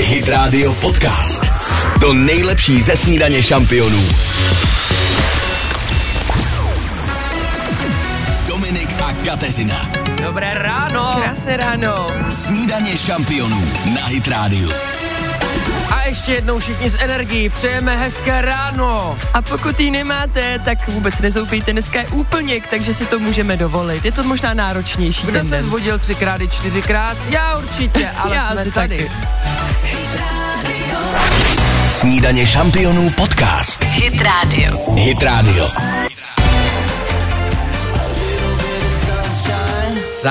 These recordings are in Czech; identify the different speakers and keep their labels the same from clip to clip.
Speaker 1: Hit Radio Podcast. To nejlepší ze snídaně šampionů. Dominik a Kateřina.
Speaker 2: Dobré ráno.
Speaker 3: Krásné ráno.
Speaker 1: Snídaně šampionů na Hit Radio.
Speaker 2: A ještě jednou všichni z energií přejeme hezké ráno.
Speaker 3: A pokud ji nemáte, tak vůbec nezoufejte. Dneska je úplněk, takže si to můžeme dovolit. Je to možná náročnější.
Speaker 2: Kdo
Speaker 3: ten
Speaker 2: se
Speaker 3: den.
Speaker 2: zbudil třikrát i čtyřikrát? Já určitě, ale
Speaker 3: Já
Speaker 2: jsme
Speaker 3: asi
Speaker 2: tady.
Speaker 3: taky.
Speaker 1: Snídaně šampionů podcast.
Speaker 4: Hit Radio.
Speaker 1: Hit Radio.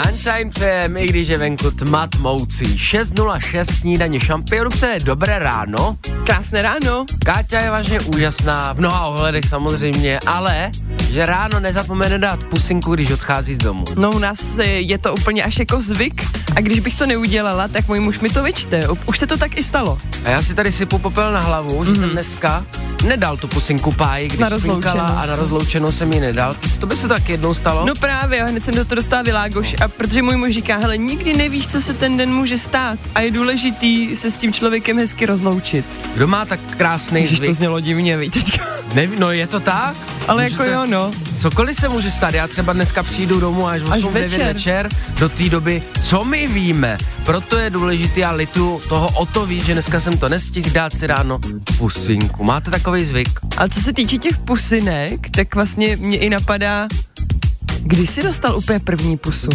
Speaker 2: Sunshine přejem, i když je venku tma tmoucí. 6.06 snídaně šampionu přeje dobré ráno.
Speaker 3: Krásné ráno.
Speaker 2: Káťa je vážně úžasná, v mnoha ohledech samozřejmě, ale že ráno nezapomene dát pusinku, když odchází z domu.
Speaker 3: No u nás eh, je to úplně až jako zvyk a když bych to neudělala, tak můj muž mi to vyčte. U- Už se to tak i stalo.
Speaker 2: A já si tady sypu popel na hlavu, mm-hmm. že jsem dneska nedal tu pusinku páji, když
Speaker 3: Mhm. Na
Speaker 2: slinkala
Speaker 3: rozloučenou.
Speaker 2: a na rozloučenou jsem ji nedal. To by se tak jednou stalo.
Speaker 3: No právě, jo, hned jsem do toho dostala világoš a protože můj muž říká, hele, nikdy nevíš, co se ten den může stát a je důležitý se s tím člověkem hezky rozloučit.
Speaker 2: Kdo má tak krásný
Speaker 3: Ježiš, to
Speaker 2: zvyk?
Speaker 3: znělo divně, víte teďka.
Speaker 2: Nevím, no je to tak?
Speaker 3: Ale
Speaker 2: Můžete-
Speaker 3: jako jo, no.
Speaker 2: Cokoliv se může stát, já třeba dneska přijdu domů až 8
Speaker 3: Až
Speaker 2: 9 večer.
Speaker 3: večer.
Speaker 2: večer, do té doby, co my víme, proto je důležitý a litu toho o to víc, že dneska jsem to nestihl dát si ráno pusinku. Máte takový zvyk?
Speaker 3: A co se týče těch pusinek, tak vlastně mě i napadá, kdy jsi dostal úplně první pusu?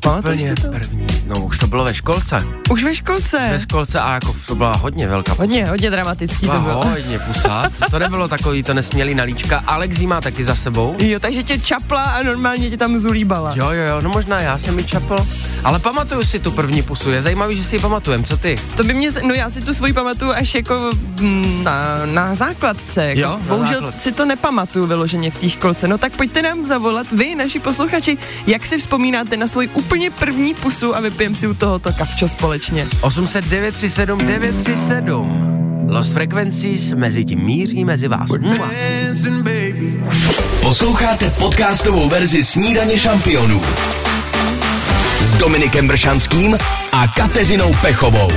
Speaker 3: Pamatuješ si to?
Speaker 2: první. No už to bylo ve školce,
Speaker 3: Už ve školce.
Speaker 2: ve školce a jako to byla hodně velká
Speaker 3: Hodně, hodně dramatický to bylo.
Speaker 2: Hodně pusa. To nebylo takový to nesmělý nalíčka. Alex ji má taky za sebou.
Speaker 3: Jo, takže tě čapla a normálně tě tam zulíbala.
Speaker 2: Jo, jo, jo, no možná já jsem ji čapl. Ale pamatuju si tu první pusu, je zajímavý, že si ji pamatujem, co ty?
Speaker 3: To by mě, z- no já si tu svoji pamatuju až jako mm, na, na základce. Jako,
Speaker 2: Jo, na
Speaker 3: bohužel
Speaker 2: základce.
Speaker 3: si to nepamatuju vyloženě v té školce. No tak pojďte nám zavolat vy, naši posluchači, jak si vzpomínáte na svoji úplně první pusu a vypijem si u tohoto kavčo společně.
Speaker 2: 809 37 937. Los Frequencies mezi tím míří mezi vás. Mua.
Speaker 1: Posloucháte podcastovou verzi Snídaně šampionů s Dominikem Bršanským a Kateřinou Pechovou.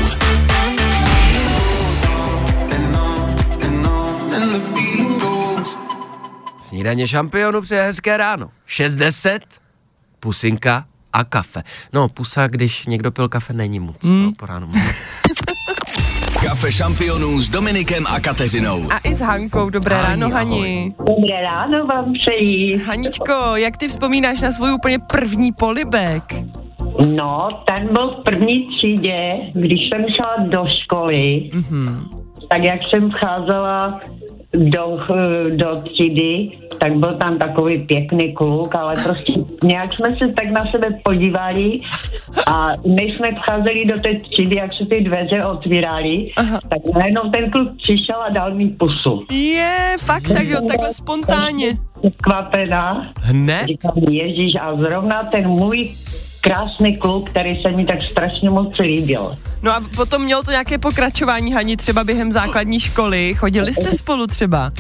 Speaker 2: Snídaně šampionu přeje hezké ráno. 60, pusinka a kafe. No, pusa, když někdo pil kafe, není moc. Hmm. No, po ránu.
Speaker 1: Kafe šampionů s Dominikem a Kateřinou.
Speaker 3: A i s Hankou, dobré
Speaker 2: Hani,
Speaker 3: ráno,
Speaker 2: ahoj.
Speaker 3: Hani.
Speaker 5: Dobré ráno vám přeji.
Speaker 3: Haničko, jak ty vzpomínáš na svůj úplně první polibek?
Speaker 5: No, ten byl v první třídě, když jsem šla do školy, tak jak jsem vcházela do, eh, do třídy, tak byl tam takový pěkný kluk, ale prostě nějak jsme se tak na sebe podívali a než jsme vcházeli do té třídy, jak se ty dveře otvíraly, tak najednou ten kluk přišel a dal mi pusu.
Speaker 3: Je, fakt tak jo, takhle spontánně.
Speaker 5: Kvapená.
Speaker 2: Hned?
Speaker 5: Říkám, Ježíš, a zrovna ten můj krásný kluk, který se mi tak strašně moc líbil.
Speaker 3: No a potom mělo to nějaké pokračování, Hani, třeba během základní školy. Chodili jste spolu třeba?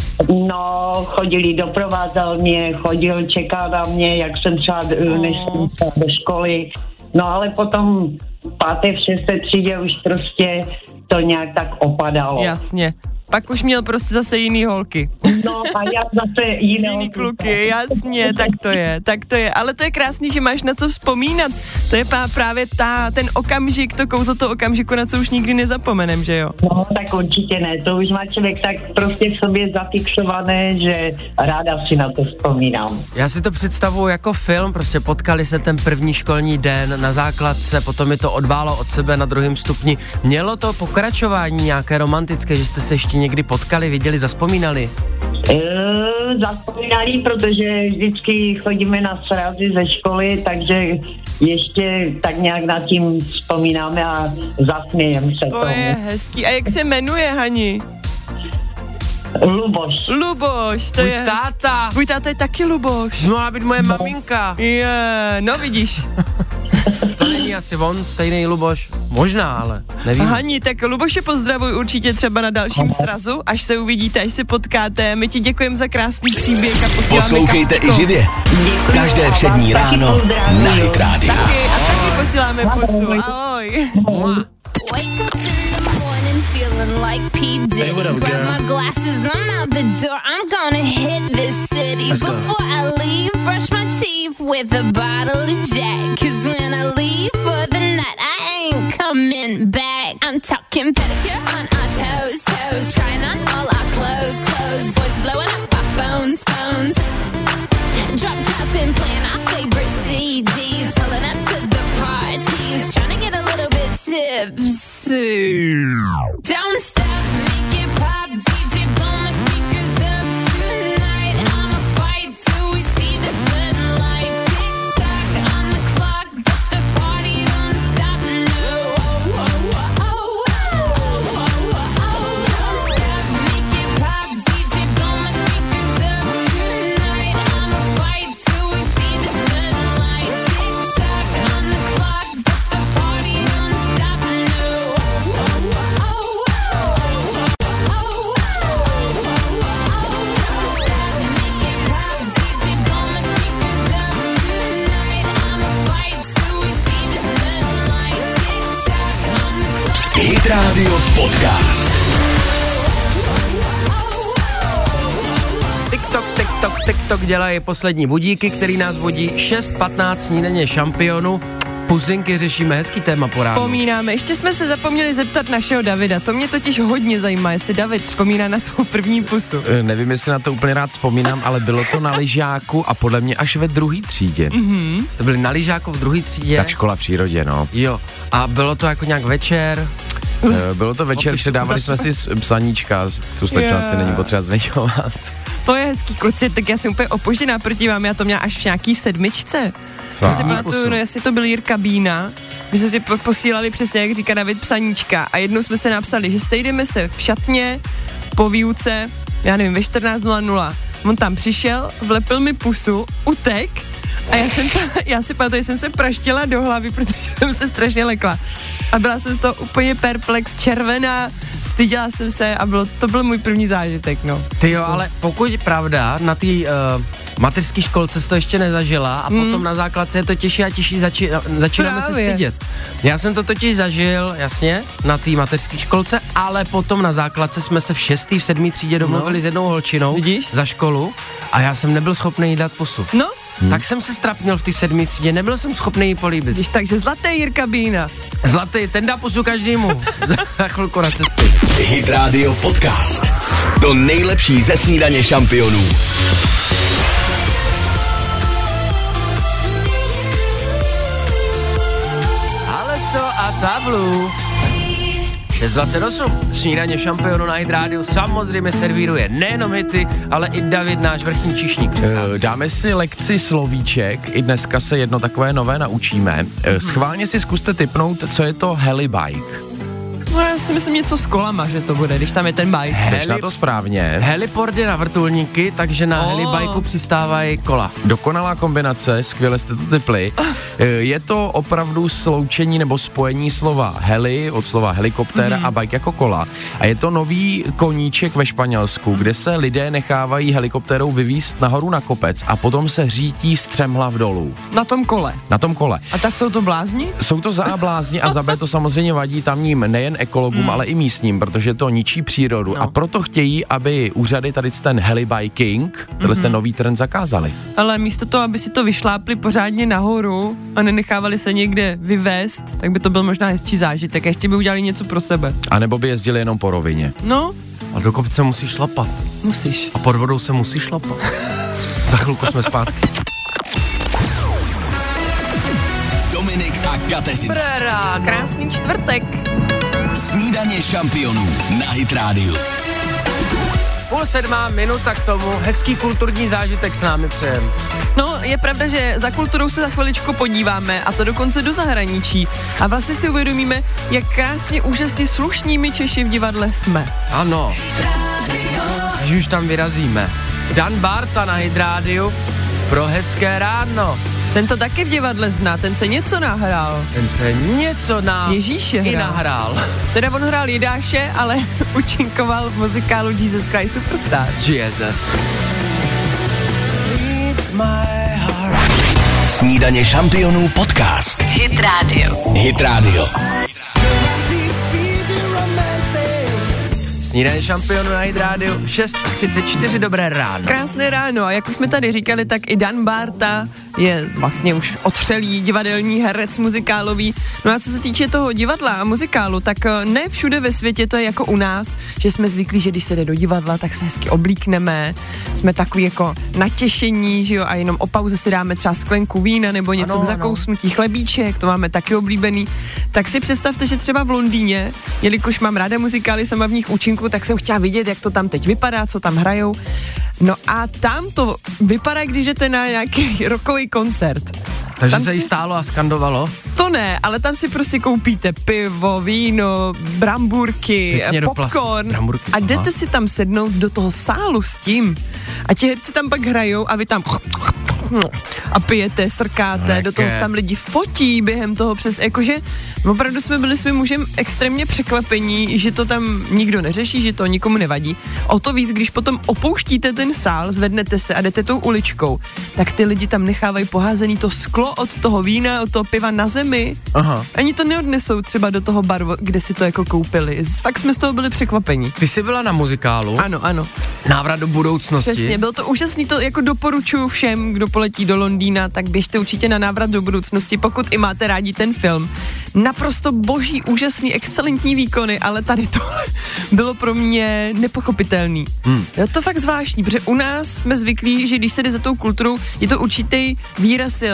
Speaker 5: No, chodili, doprovázel mě, chodil, čekal na mě, jak jsem třeba, eh, než jsem šla do školy. No ale potom v páté, v šesté třídě už prostě to nějak tak
Speaker 2: No.
Speaker 5: opadalo.
Speaker 3: Jasně. Pak už měl prostě zase jiný holky.
Speaker 5: No a já zase jiné
Speaker 3: Jiný kluky, jasně, No, tak to je, tak to je. Ale to je krásný, že máš na co vzpomínat. To je pá- právě ta, ten okamžik, to kouzlo toho okamžiku, na co už nikdy nezapomenem, že jo?
Speaker 5: No, tak určitě ne. To už má člověk tak prostě v sobě zafixované, že ráda si na to vzpomínám.
Speaker 2: Já si to představuji jako film, prostě potkali se ten první školní den na základce, potom je to odválo od sebe na druhém stupni. Mělo to pokračování nějaké romantické, že jste se ještě někdy potkali, viděli, zaspomínali?
Speaker 5: Eh, Zapomínali, protože vždycky chodíme na srazy ze školy, takže ještě tak nějak nad tím vzpomínáme a zasmějeme se
Speaker 2: No.
Speaker 3: To je hezký. A jak se jmenuje, Hani?
Speaker 5: tomu. Luboš.
Speaker 3: Luboš, to
Speaker 2: Můj
Speaker 3: je hezký.
Speaker 2: táta!
Speaker 3: Tvůj táta je taky Luboš.
Speaker 2: Mohla být moje maminka.
Speaker 3: Je, no vidíš.
Speaker 2: To není asi on, stejný Luboš. Možná, ale nevím.
Speaker 3: Hani, tak Luboše pozdravuj určitě třeba na dalším srazu, až se uvidíte, až se potkáte. My ti děkujeme za krásný příběh a posíláme
Speaker 1: Poslouchejte i
Speaker 3: káčko.
Speaker 1: živě. Každé všední ráno na Hit Radio.
Speaker 3: Taky, a taky posíláme pusu. Ahoj.
Speaker 2: Mua.
Speaker 4: Wake up in the morning I'm feeling like P. Diddy.
Speaker 6: what up,
Speaker 4: Grab
Speaker 6: girl?
Speaker 4: my glasses, I'm out the door. I'm gonna hit this city.
Speaker 6: Let's go.
Speaker 4: Before I leave, brush my teeth with a bottle of Jack. Cause when I leave for the night, I ain't coming back. I'm talking pedicure on our toes, toes. Trying on all our clothes, clothes. Boys blowing up our phones, phones. Drop top and playing our favorite CDs. Pulling up to the parties. Trying to get a little bit tipsy. Don't stop, make it pop. DJ, blow my speakers up tonight. I'ma fight till we see the sunlight. Tick tock on the clock, but the party don't stop. No. Oh, oh, oh, oh, oh, oh, oh, oh. Don't stop, make it pop. DJ, blow my speakers up tonight. I'ma fight till we see the sunlight. Tick tock on the clock, but the party don't stop. No. Oh, oh, oh, oh.
Speaker 1: Hit Radio Podcast.
Speaker 2: TikTok, TikTok, TikTok dělají poslední budíky, který nás budí 6.15 snídaně šampionu. Puzinky řešíme, hezký téma po ránu.
Speaker 3: Vzpomínáme. Ještě jsme se zapomněli zeptat našeho Davida. To mě totiž hodně zajímá, jestli David vzpomíná na svou první pusu.
Speaker 7: Eh, Nevím, jestli na to úplně rád vzpomínám, ale bylo to na lyžáku a podle mě až ve druhé třídě.
Speaker 3: Mhm.
Speaker 2: Jste byli na lyžáku v druhé třídě?
Speaker 7: Tak škola přírodě, no.
Speaker 2: Jo, a bylo to jako nějak večer,
Speaker 7: Eh, Bylo to večer, předávali jsme si s- psaníčka, s- tu slečnu
Speaker 3: Jo.
Speaker 7: asi není potřeba zmiňovat.
Speaker 3: To je hezký kluci, tak já jsem úplně opožděná proti vám, já to měla až v nějaký sedmičce. To si
Speaker 7: Fakt.
Speaker 3: pamatuju, no, jestli to byl Jirka Bína, my jsme si po- posílali přesně, jak říká David, psaníčka a jednou jsme se napsali, že sejdeme se v šatně po výuce, já nevím, ve 14.00. On tam přišel, vlepil mi pusu, utek a já, jsem ta, já si pamatuju, že jsem se praštila do hlavy, protože jsem se strašně lekla. A byla jsem z toho úplně perplex, červená, styděla jsem se a bylo, to byl můj první zážitek, no.
Speaker 2: Ty jo, ale pokud je pravda, na té uh, mateřské školce jsi to ještě nezažila a potom na základce je to těžší a těžší, zači, začínáme se
Speaker 3: Právě.
Speaker 2: stydět. Já jsem to totiž zažil, jasně, na té mateřské školce, ale potom na základce jsme se v šestý, v sedmý třídě domluvili no. s jednou holčinou
Speaker 3: Vidíš?
Speaker 2: za školu a já jsem nebyl schopný jí dát pusu.
Speaker 3: No,
Speaker 2: Hmm. Tak jsem se strapnil v té sedmý třídě, nebyl jsem schopný ji políbit.
Speaker 3: když takže zlaté Jirka Bína.
Speaker 2: Zlatý, ten dá pusu každému. Za chvilku na cesty.
Speaker 1: Hit Radio Podcast. To nejlepší ze snídaně šampionů.
Speaker 2: Aleso a Tavlu. 6.28. Snídaně šampionu na Hit Radio samozřejmě servíruje nejenom hity, ale i David, náš vrchní čišník.
Speaker 7: Eh,
Speaker 2: přichází.
Speaker 7: Dáme si lekci slovíček, i dneska se jedno takové nové naučíme.
Speaker 2: Mhm.
Speaker 7: Eh, Schválně si zkuste typnout, co je to helibike.
Speaker 3: No já si myslím něco s kolama, že to bude, když tam je ten bike.
Speaker 7: Jdeš na
Speaker 2: Heli-
Speaker 7: to správně.
Speaker 2: Heliport je na vrtulníky, takže na
Speaker 3: Oh.
Speaker 2: helibajku přistávají kola.
Speaker 7: Dokonalá kombinace, skvěle jste to typli. Eh, Je to opravdu sloučení nebo spojení slova heli, od slova helikoptér
Speaker 2: Mhm.
Speaker 7: a bike jako kola. A je to nový koníček ve Španělsku, kde se lidé nechávají helikoptérou vyvíst nahoru na kopec a potom se řítí střemhlav dolů
Speaker 3: Na tom kole.
Speaker 7: na tom kole.
Speaker 3: A tak jsou to blázni?
Speaker 7: Jsou to za A blázni a za B to samozřejmě vadí tamním nejen ekologům,
Speaker 2: Hmm.
Speaker 7: ale i místním, protože to ničí přírodu
Speaker 3: No.
Speaker 7: a proto chtějí, aby úřady tady ten helibiking, tenhle
Speaker 2: Mhm.
Speaker 7: ten nový trend zakázali.
Speaker 3: Ale místo toho, aby si to vyšlápli pořádně nahoru a nenechávali se někde vyvést, tak by to byl možná hezčí zážitek. A ještě by udělali něco pro sebe.
Speaker 7: A nebo by jezdili jenom po rovině.
Speaker 3: No,
Speaker 2: A do kopce musí šlapat.
Speaker 3: musíš.
Speaker 2: A pod vodou se musí šlapat. Za chvilku jsme zpátky.
Speaker 1: Dominik a Kateřina.
Speaker 2: Dobré ráno.
Speaker 3: Krásný čtvrtek.
Speaker 1: Snídaně šampionů na Hit Radio.
Speaker 2: Půl sedmá minuta k tomu. Hezký kulturní zážitek s námi přejem.
Speaker 3: No, je pravda, že za kulturou se za chviličku podíváme, a to dokonce do zahraničí. A vlastně si uvědomíme, jak krásně, úžasně slušnými Češi v divadle jsme.
Speaker 2: Ano. Až už tam vyrazíme. Dan Barta na Hydrádiu pro hezké ráno.
Speaker 3: Ten to taky v divadle zná, ten se něco nahrál.
Speaker 2: Ten se něco na...
Speaker 3: Ježíše
Speaker 2: I
Speaker 3: hrál.
Speaker 2: nahrál.
Speaker 3: Teda on hrál Jidáše, ale učinkoval v muzikálu Jesus Christ Superstar.
Speaker 2: Jesus.
Speaker 1: Snídaně šampionů podcast. Hit Radio. Hit Radio.
Speaker 8: These people romancing.
Speaker 2: Snídaně šampionu na Hit Radio 6.34, dobré ráno.
Speaker 3: Krásné ráno a jak už jsme tady říkali, tak i Dan Barta je vlastně už otřelý divadelní herec muzikálový. No a co se týče toho divadla a muzikálu, tak eh, ne všude ve světě to je jako u nás, že jsme zvyklí, že když se jde do divadla, tak se hezky oblíkneme, jsme takový jako natěšení, že jo, a jenom o pauze si dáme třeba sklenku vína nebo něco
Speaker 2: Ano,
Speaker 3: ano, k
Speaker 2: ano.
Speaker 3: zakousnutí, chlebíček, to máme taky oblíbený. Tak si představte, že třeba v Londýně, jelikož mám ráda muzikály, sama v nich účinku, tak jsem chtěla vidět, jak to tam teď vypadá, co tam hrajou. No a tam to vypadá, když jdete na nějaký rokový koncert.
Speaker 2: Takže
Speaker 3: tam
Speaker 2: se jí
Speaker 3: si-
Speaker 2: stálo a skandovalo.
Speaker 3: To ne, ale tam si prostě koupíte pivo, víno, bramburky,
Speaker 2: Pěkně do plastu.
Speaker 3: popcorn
Speaker 2: Bramburky,
Speaker 3: a
Speaker 2: aha.
Speaker 3: jdete si tam sednout do toho sálu s tím. A ti herci tam pak hrajou a vy tam a pijete, srkáte,
Speaker 2: No,
Speaker 3: do toho
Speaker 2: jaké-
Speaker 3: se tam lidi fotí během toho přes, jakože opravdu jsme byli s mým mužem extrémně překvapení, že to tam nikdo neřeší, že to nikomu nevadí. O to víc, když potom opouštíte ten sál, zvednete se a jdete tou uličkou, tak ty lidi tam nechávají poházený to sklo od toho vína, od toho piva na zemi.
Speaker 2: Aha.
Speaker 3: Ani to neodnesou třeba do toho baru, kde si to jako koupili. Z- Fakt jsme z toho byli překvapení.
Speaker 2: Ty jsi byla na muzikálu,
Speaker 3: Ano, ano.
Speaker 2: návrat do budoucnosti.
Speaker 3: Přesně, byl to úžasný, to jako doporučuji všem, kdo poletí do Londýna, tak běžte určitě na návrat do budoucnosti, pokud i máte rádi ten film. Naprosto boží, úžasný, excelentní výkony, ale tady to bylo pro mě nepochopitelný. Hmm. Je to fakt zvláštní, protože u nás jsme zvyklí, že když se jde za tou kulturou, je to určitý výraz eh,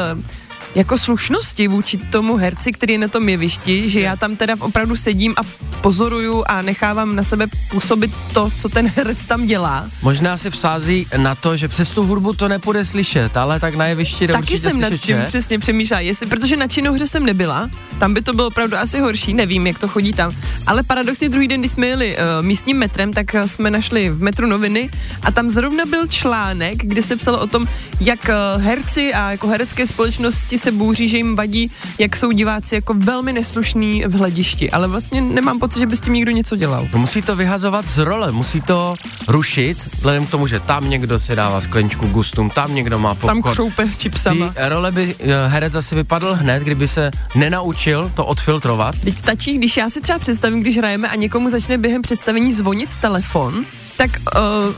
Speaker 3: jako slušnosti vůči tomu herci, který je na tom jevišti, že já tam teda opravdu sedím a pozoruju a nechávám na sebe působit to, co ten herec tam dělá.
Speaker 2: Možná si vsází na to, že přes tu hudbu to nepůjde slyšet, ale tak na jevišti jde
Speaker 3: Taky
Speaker 2: určitě
Speaker 3: jsem nad
Speaker 2: slyšet,
Speaker 3: tím
Speaker 2: že?
Speaker 3: přesně přemýšlela, jestli, protože na činohře jsem nebyla, tam by to bylo opravdu asi horší, nevím, jak to chodí tam. Ale paradoxně druhý den, když jsme jeli uh, místním metrem, tak eh, jsme našli v metru noviny a tam zrovna byl článek, kde se psalo o tom, jak uh, herci a jako herecké společnosti se bouří, že jim vadí, jak jsou diváci jako velmi neslušní v hledišti. Ale vlastně nemám pocit, že by s tím nikdo něco dělal.
Speaker 2: No musí to vyhazovat z role, musí to rušit, vzhledem k tomu, že tam někdo si dává skleničku gustum, tam někdo má popcorn.
Speaker 3: Tam křoupe čipsama.
Speaker 2: Ty role by eh, herec zase vypadl hned, kdyby se nenaučil to odfiltrovat.
Speaker 3: Teď stačí, když já si třeba představím, když hrajeme a někomu začne během představení zvonit telefon, tak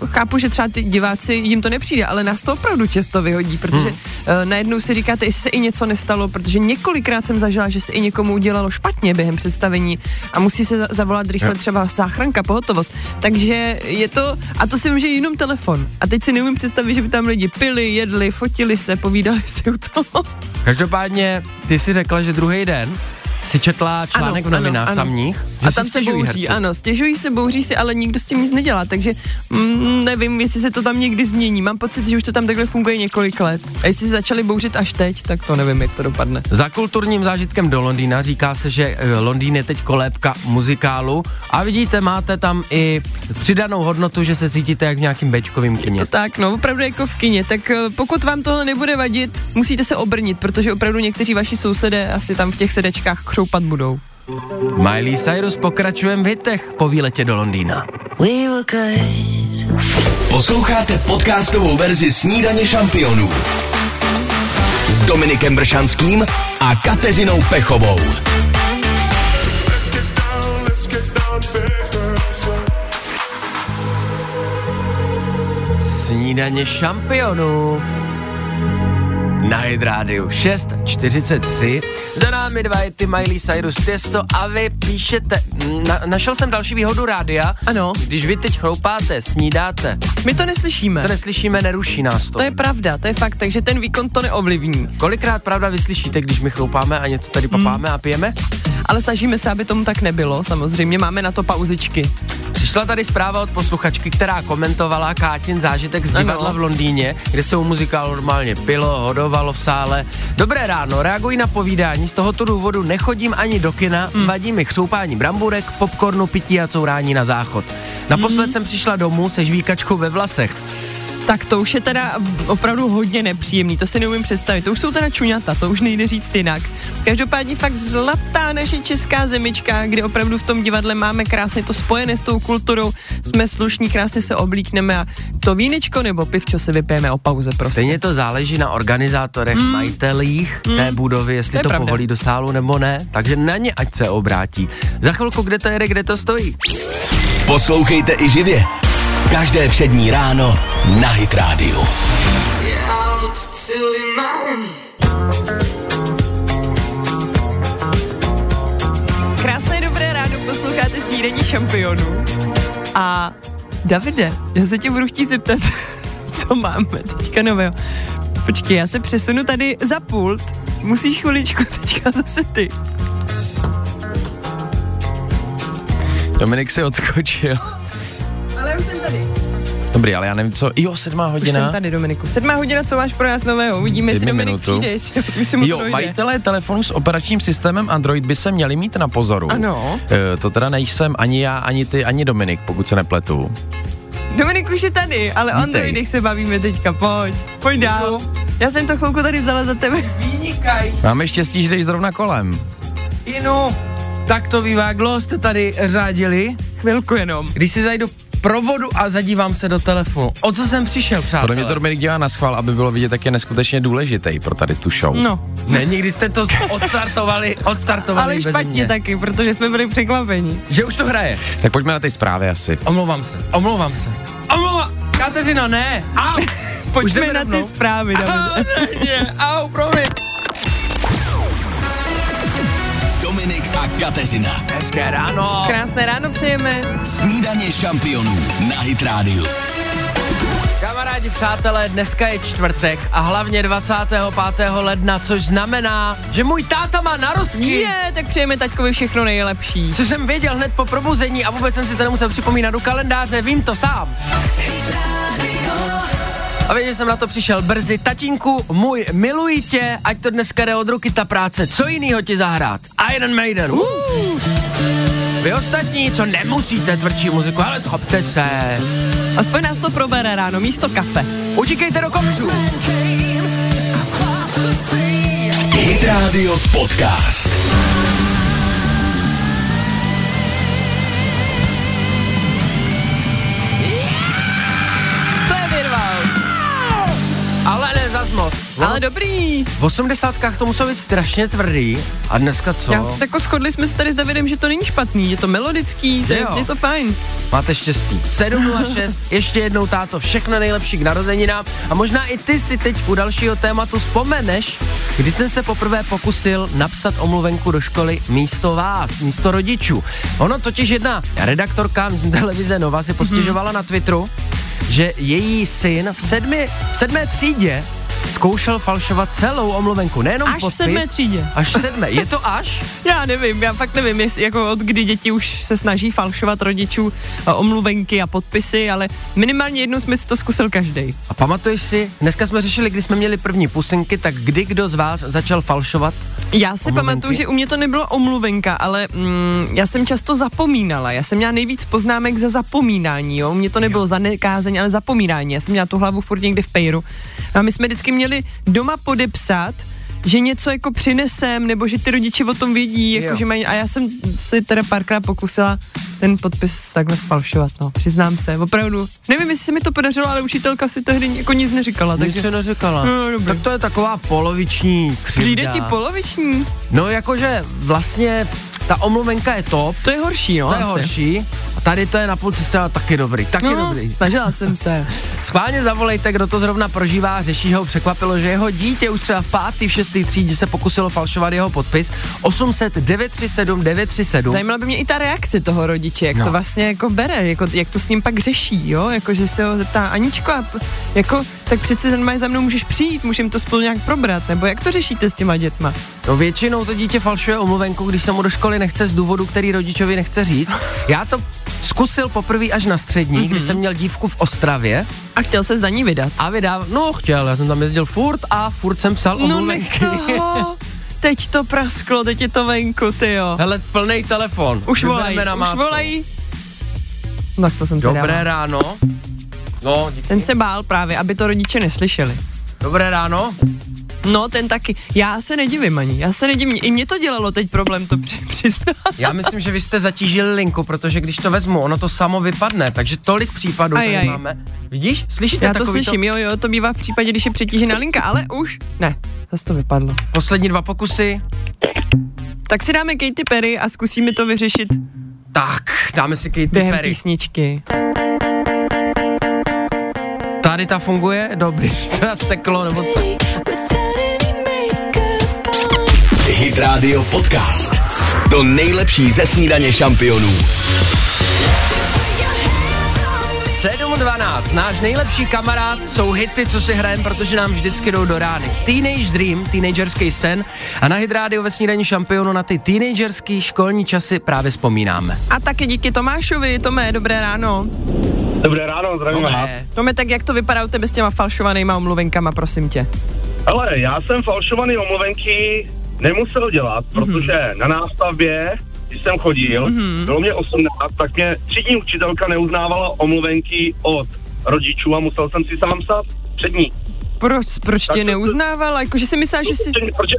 Speaker 3: uh, chápu, že třeba ty diváci jim to nepřijde, ale nás to opravdu často vyhodí, protože hmm. uh, najednou si říkáte, jestli se i něco nestalo, protože několikrát jsem zažila, že se i někomu udělalo špatně během představení a musí se za- zavolat rychle třeba záchranka, pohotovost. Takže je to, a to si může jenom telefon. A teď si neumím představit, že by tam lidi pili, jedli, fotili se, povídali si u toho.
Speaker 2: Každopádně, ty si řekla, že druhý den si četla článek
Speaker 3: Ano,
Speaker 2: v novinách
Speaker 3: ano, ano.
Speaker 2: tamních, že
Speaker 3: A
Speaker 2: si
Speaker 3: tam se
Speaker 2: stěžují
Speaker 3: bouří,
Speaker 2: herci.
Speaker 3: ano, stěžují se, bouří se, ale nikdo s tím nic nedělá, takže mm, nevím, jestli se to tam někdy změní. Mám pocit, že už to tam takhle funguje několik let. A jestli se začali bouřit až teď, tak to nevím, jak to dopadne.
Speaker 2: Za kulturním zážitkem do Londýna říká se, že eh, Londýn je teď kolébka muzikálu a vidíte, máte tam i přidanou hodnotu, že se cítíte jak v nějakým bečkovým kině.
Speaker 3: To tak, no, opravdu jako v kině. Tak eh, pokud vám tohle nebude vadit, musíte se obrnit, protože opravdu někteří vaši sousedé asi tam v těch sedečkách křoupat budou.
Speaker 2: Miley Cyrus pokračujeme v hitech po výletě do Londýna.
Speaker 6: We were good.
Speaker 1: Posloucháte podcastovou verzi Snídaně šampionů s Dominikem Bršanským a Kateřinou Pechovou.
Speaker 2: Snídaně šampionů na Hit Rádiu 6.43. Za námi dva je ty Miley Cyrus Tiesto a vy píšete, na, našel jsem další výhodu rádia.
Speaker 3: Ano.
Speaker 2: Když vy teď chroupáte, snídáte,
Speaker 3: My to neslyšíme.
Speaker 2: to neslyšíme, neruší nás to.
Speaker 3: To je pravda, to je fakt, takže ten výkon to neovlivní.
Speaker 2: Kolikrát pravda vyslyšíte, když my chroupáme a něco tady
Speaker 3: Hmm.
Speaker 2: papáme a pijeme?
Speaker 3: Ale snažíme se, aby tomu tak nebylo, samozřejmě. Máme na to pauzičky.
Speaker 2: Přišla tady zpráva od posluchačky, která komentovala Kátin zážitek z divadla
Speaker 3: Ano.
Speaker 2: v Londýně, kde se u muzikálu normálně pilo, hodovalo v sále. Dobré ráno, reaguji na povídání, z tohoto důvodu nechodím ani do kina,
Speaker 3: Hm.
Speaker 2: mm. vadí mi chřoupání bramburek, popcornu, pití a courání na záchod.
Speaker 3: Hm.
Speaker 2: Naposled mm. jsem přišla domů se žvíkačkou ve vlasech.
Speaker 3: Prostě. Tak to už je teda opravdu hodně nepříjemný, to si neumím představit. To už jsou teda čuňata, to už nejde říct jinak. Každopádně fakt zlatá naše česká zemička, kde opravdu v tom divadle máme krásně to spojené s tou kulturou, jsme slušní, krásně se oblíkneme a to vínečko nebo pivčo si vypijeme o pauze prostě.
Speaker 2: Stejně to záleží na organizátorech, mm. majitelích mm. té budovy, jestli to,
Speaker 3: Hm. To je
Speaker 2: to
Speaker 3: pravda.
Speaker 2: povolí do sálu nebo ne. Takže na ně ať se obrátí. Za chvilku, kde to jede, kde to stojí.
Speaker 1: Poslouchejte i živě. Každé přední ráno na Hit Radio.
Speaker 3: Krásné dobré ráno, posloucháte snídení šampionů. A Davide, já se tě budu chtít zeptat, co máme teďka nového. Počkej, já se přesunu tady za pult. Musíš chviličku teďka zase ty.
Speaker 7: Dominik si odskočil.
Speaker 3: Ale už jsem tady.
Speaker 7: Dobrý, ale já nevím co. Jo, sedmá
Speaker 3: Už
Speaker 7: hodina.
Speaker 3: jsem tady, Dominiku. Sedmá hodina, co máš pro nás nového? Uvidíme, jestli
Speaker 7: Jednu
Speaker 3: Dominik
Speaker 7: minutu.
Speaker 3: přijde, jestli myslím,
Speaker 7: Jo, majitelé telefonů s operačním systémem Android by se měli mít na pozoru.
Speaker 3: Ano.
Speaker 7: E, to teda nejsem ani já, ani ty, ani Dominik, pokud se nepletu.
Speaker 3: Dominik už je tady, ale o
Speaker 7: Vítej.
Speaker 3: Androidech se bavíme teďka. Pojď, pojď dál. Já jsem to chvilku tady vzala za tebe.
Speaker 7: Máme štěstí, že jdeš zrovna kolem.
Speaker 2: Inu, tak to vyváglo, jste tady řádili.
Speaker 3: Chvilku jenom.
Speaker 2: Když si zajdu provodu a zadívám se do telefonu. O co jsem přišel,
Speaker 7: Podle mě
Speaker 2: přátelé?
Speaker 7: to Dominik dělá na schvál, aby bylo vidět, jak je neskutečně důležitý pro tady tu show.
Speaker 3: No,
Speaker 2: Ne, nikdy jste to odstartovali, odstartovali
Speaker 3: ale
Speaker 2: bez
Speaker 3: špatně
Speaker 2: mě.
Speaker 3: taky, protože jsme byli překvapeni.
Speaker 2: Že už to hraje.
Speaker 7: Tak pojďme na ty zprávy asi.
Speaker 2: Omlouvám se, omlouvám se. Omlouvám, Kateřino, ne. Au. Už
Speaker 3: Pojďme
Speaker 2: jdeme
Speaker 3: na
Speaker 2: rovnou?
Speaker 3: ty zprávy,
Speaker 2: Au,
Speaker 3: Davide.
Speaker 2: ne, ne, au, promiň.
Speaker 1: Dominik a Kateřina.
Speaker 2: Hezké ráno.
Speaker 3: Krásné ráno přejeme.
Speaker 1: Snídaně šampionů na Hit Radio.
Speaker 2: Kamarádi, přátelé, dneska je čtvrtek a hlavně 25. ledna, což znamená, že můj táta má narozky.
Speaker 3: Je, tak přejeme taťkovi všechno nejlepší.
Speaker 2: Co jsem věděl hned po probuzení a vůbec jsem si to nemusel připomínat do kalendáře, vím to sám. A věděl jsem na to přišel brzy. Tatínku, můj, miluji tě, ať to dneska jde od ruky ta práce. Co jinýho ti zahrát? Iron Maiden. Uh. Vy ostatní, co nemusíte tvrdší muziku, ale schopte se.
Speaker 3: Aspoň nás to probere ráno, místo kafe.
Speaker 2: Utíkejte do kopců.
Speaker 1: Hit Radio Podcast.
Speaker 3: To je vyrval.
Speaker 2: Ale ne zas moc.
Speaker 3: Ale dobrý.
Speaker 2: V osmdesátkách to muselo být strašně tvrdý. A dneska co?
Speaker 3: Já, jako shodli jsme se tady s Davidem, že to není špatný, je to melodický, to je,
Speaker 2: Jo.
Speaker 3: je to fajn.
Speaker 2: Máte štěstí. 706, ještě jednou táto, všechno nejlepší k narozeninám. A možná i ty si teď u dalšího tématu vzpomeneš, kdy jsem se poprvé pokusil napsat omluvenku do školy místo vás, místo rodičů. Ono totiž jedna redaktorka myslím, televize Nova
Speaker 3: Mhm.
Speaker 2: si postěžovala na Twitteru, že její syn v, sedmi, v sedmé třídě zkoušel falšovat celou omluvenku, nejenom
Speaker 3: Až v
Speaker 2: podpis,
Speaker 3: sedmé třídě.
Speaker 2: Až v sedmé, je to až?
Speaker 3: Já nevím, já fakt nevím, jestli, jako od kdy děti už se snaží falšovat rodičů a omluvenky a podpisy, ale minimálně jednou jsme si to zkusil každý.
Speaker 2: A pamatuješ si, dneska jsme řešili, když jsme měli první pusinky, tak kdy kdo z vás začal falšovat?
Speaker 3: Já si
Speaker 2: Omluvenky.
Speaker 3: pamatuju, že u mě to nebylo omluvenka, ale mm, já jsem často zapomínala. Já jsem měla nejvíc poznámek za zapomínání, jo. U mě to nebylo za nekázeň, ale zapomínání. Já jsem měla tu hlavu furt někde v pejru. No A my jsme vždycky měli doma podepsat, že něco jako přinesem, nebo že ty rodiče o tom vědí, jako
Speaker 2: Jo.
Speaker 3: že mají, a já jsem si teda párkrát pokusila ten podpis takhle sfalšovat, no, přiznám se, opravdu. Nevím, jestli se mi to podařilo, ale učitelka si tehdy jako nic neříkala, takže...
Speaker 2: Nic se neřekala.
Speaker 3: No, dobrý.
Speaker 2: tak to je taková poloviční křivda.
Speaker 3: Přijde ti poloviční?
Speaker 2: No jakože vlastně ta omluvenka je top,
Speaker 3: To je horší, no,
Speaker 2: to je
Speaker 3: asi.
Speaker 2: horší. A tady to je na půl cesty, ale taky dobrý, taky dobrý.
Speaker 3: No. snažila jsem se.
Speaker 2: Schválně zavolejte, kdo to zrovna prožívá, řeší ho, překvapilo, že jeho dítě už třeba v pátý, v šestý třídě se pokusilo falšovat jeho podpis. 800 937 937.
Speaker 3: Zajímala by mě i ta reakce toho rodiče, jak no. to vlastně jako bere, jako, jak to s ním pak řeší, jo, jako že se ho zeptá Aničko, a p- jako, tak přece normálně za mnou můžeš přijít, můžeme to spolu nějak probrat, nebo jak to řešíte s těma dětma?
Speaker 2: No většinou to dítě falšuje omluvenku, když se mu do školy nechce z důvodu, který rodičovi nechce říct. Já to zkusil poprvé až na střední, mm-hmm. kdy
Speaker 3: Mhm.
Speaker 2: jsem měl dívku v Ostravě
Speaker 3: A chtěl se za ní vydat.
Speaker 2: a vydával, no chtěl, já jsem tam jezdil furt a furt jsem psal
Speaker 3: No nech
Speaker 2: omluvenky.
Speaker 3: toho, teď to prasklo, teď je to venku, ty jo.
Speaker 2: Hele, plný telefon.
Speaker 3: Už
Speaker 2: Vybereme No,
Speaker 3: volají,
Speaker 2: na
Speaker 3: už
Speaker 2: mátku.
Speaker 3: volají. No tak to jsem se
Speaker 2: Dobré
Speaker 3: dala.
Speaker 2: ráno. No, díky.
Speaker 3: Ten se bál právě, aby to rodiče neslyšeli.
Speaker 2: Dobré ráno.
Speaker 3: No, ten taky. Já se nedivím ani, já se nedivím. I mě to dělalo teď problém to při, přiznat.
Speaker 2: Já myslím, že vy jste zatížili linku, protože když to vezmu, ono to samo vypadne, takže tolik případů
Speaker 3: Aj,
Speaker 2: tady
Speaker 3: aj.
Speaker 2: máme. Vidíš? Slyšíte
Speaker 3: Já to
Speaker 2: takový
Speaker 3: slyším, jo, jo, to bývá v případě, když je přetížená linka, ale už ne, zase to vypadlo.
Speaker 2: Poslední dva pokusy.
Speaker 3: Tak si dáme Katy Perry a zkusíme to vyřešit
Speaker 2: Tak, dáme si Katy
Speaker 3: během
Speaker 2: Perry.
Speaker 3: písničky.
Speaker 2: Tady ta funguje? Dobrý. Co já seklo nebo co?
Speaker 1: Hit Radio Podcast. To nejlepší ze snídaně šampionů.
Speaker 2: 7.12. Náš nejlepší kamarád jsou hity, co si hrajeme, protože nám vždycky jdou do rány. Teenage Dream, teenagerský sen a na Hydrádiu ve snídaní šampionu na ty teenagerský školní časy právě vzpomínáme.
Speaker 3: A taky díky Tomášovi, Tome, dobré ráno.
Speaker 6: Dobré ráno, zdravím vás.
Speaker 2: Dobré.
Speaker 3: Tome, tak jak to vypadá u tebe s těma falšovanýma omluvenkama, prosím tě?
Speaker 6: Hele, já jsem falšovaný omluvenky nemusel dělat,
Speaker 3: Mhm.
Speaker 6: mm-hmm. protože na nástavbě, když jsem chodil, mm-hmm. bylo mě 18, tak mě třídní učitelka neuznávala omluvenky od rodičů a musel jsem si sám psát před ní.
Speaker 3: Proč, proč
Speaker 6: Tak
Speaker 3: tě
Speaker 6: to-
Speaker 3: neuznávala? Jakože si myslela, že jsi...
Speaker 6: Proč,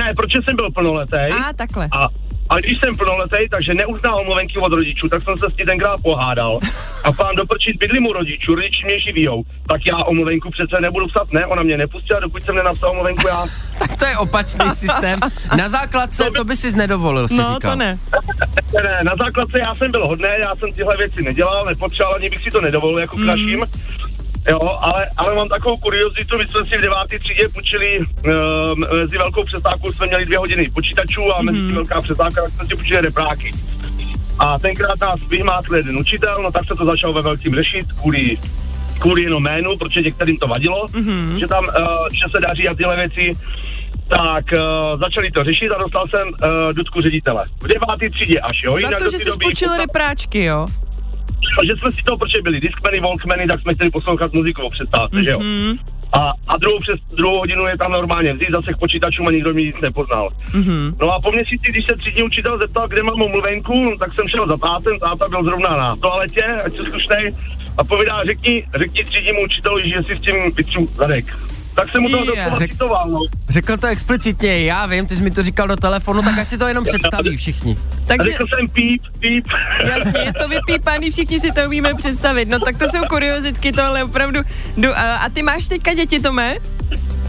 Speaker 6: ne, protože jsem byl plnoletý
Speaker 3: A, takhle.
Speaker 6: a, a když jsem plnoletý, takže neuznal omluvenky od rodičů, tak jsem se s ní tenkrát pohádal. A pán doprčit bydlím u rodičů, rodiči mě živijou, tak já omluvenku přece nebudu psat, ne, ona mě nepustila, dokud jsem nenapsal omluvenku já.
Speaker 2: Tak to je opačný systém. Na základce to by si nedovolil, si
Speaker 3: No,
Speaker 2: říkal.
Speaker 3: to ne.
Speaker 6: Ne, ne, na základce já jsem byl hodný, já jsem tyhle věci nedělal, nepotřeboval, ani bych si to nedovolil jako mm. našim. Jo, ale, ale mám takovou kuriozitu, my jsme si v deváté třídě půjčili, uh, mezi velkou přestávkou jsme měli dvě hodiny počítačů a
Speaker 3: Mhm.
Speaker 6: mezi tím velká přestávka, tak jsme si půjčili repráky. A tenkrát nás vyhmátl jeden učitel, no tak se to začalo ve velkým řešit kvůli, kvůli jenom jménu, protože některým to vadilo,
Speaker 3: Mhm.
Speaker 6: mm-hmm. že tam, uh, že se daří a tyhle věci. Tak uh, začali to řešit a dostal jsem uh, dudku ředitele. V devátý třídě až, jo?
Speaker 3: Za to,
Speaker 6: do
Speaker 3: že
Speaker 6: té
Speaker 3: jsi
Speaker 6: doby-
Speaker 3: spočil repráčky, jo?
Speaker 6: že jsme si to, protože byli diskmeny, walkmeny, tak jsme chtěli poslouchat muziku o přestávce, mm-hmm. že jo?
Speaker 3: Mm,
Speaker 6: A, a druhou, přes, druhou hodinu je tam normálně vzít zase k počítačům a nikdo mě nic nepoznal.
Speaker 3: mhm.
Speaker 6: No a po měsíci, když se třídní učitel zeptal, kde mám omluvenku, no, tak jsem šel za tátem, táta byl zrovna na toaletě, ať se slušnej, a povídá, řekni, řekni třídnímu učiteli, že si s tím vytřu zadek. Tak jsem mu to
Speaker 3: Je,
Speaker 6: yeah,
Speaker 2: řek-
Speaker 6: řek... citoval, no.
Speaker 2: Řekl to explicitně, já vím, ty jsi mi to říkal do telefonu, tak ať si to jenom představí všichni.
Speaker 6: A
Speaker 3: Takže
Speaker 6: řekl jsem píp, píp.
Speaker 3: jasně, je to vypípaný, všichni si to umíme představit. No tak to jsou kuriozitky, tohle opravdu. Jdu, a, a ty máš teďka děti, Tome?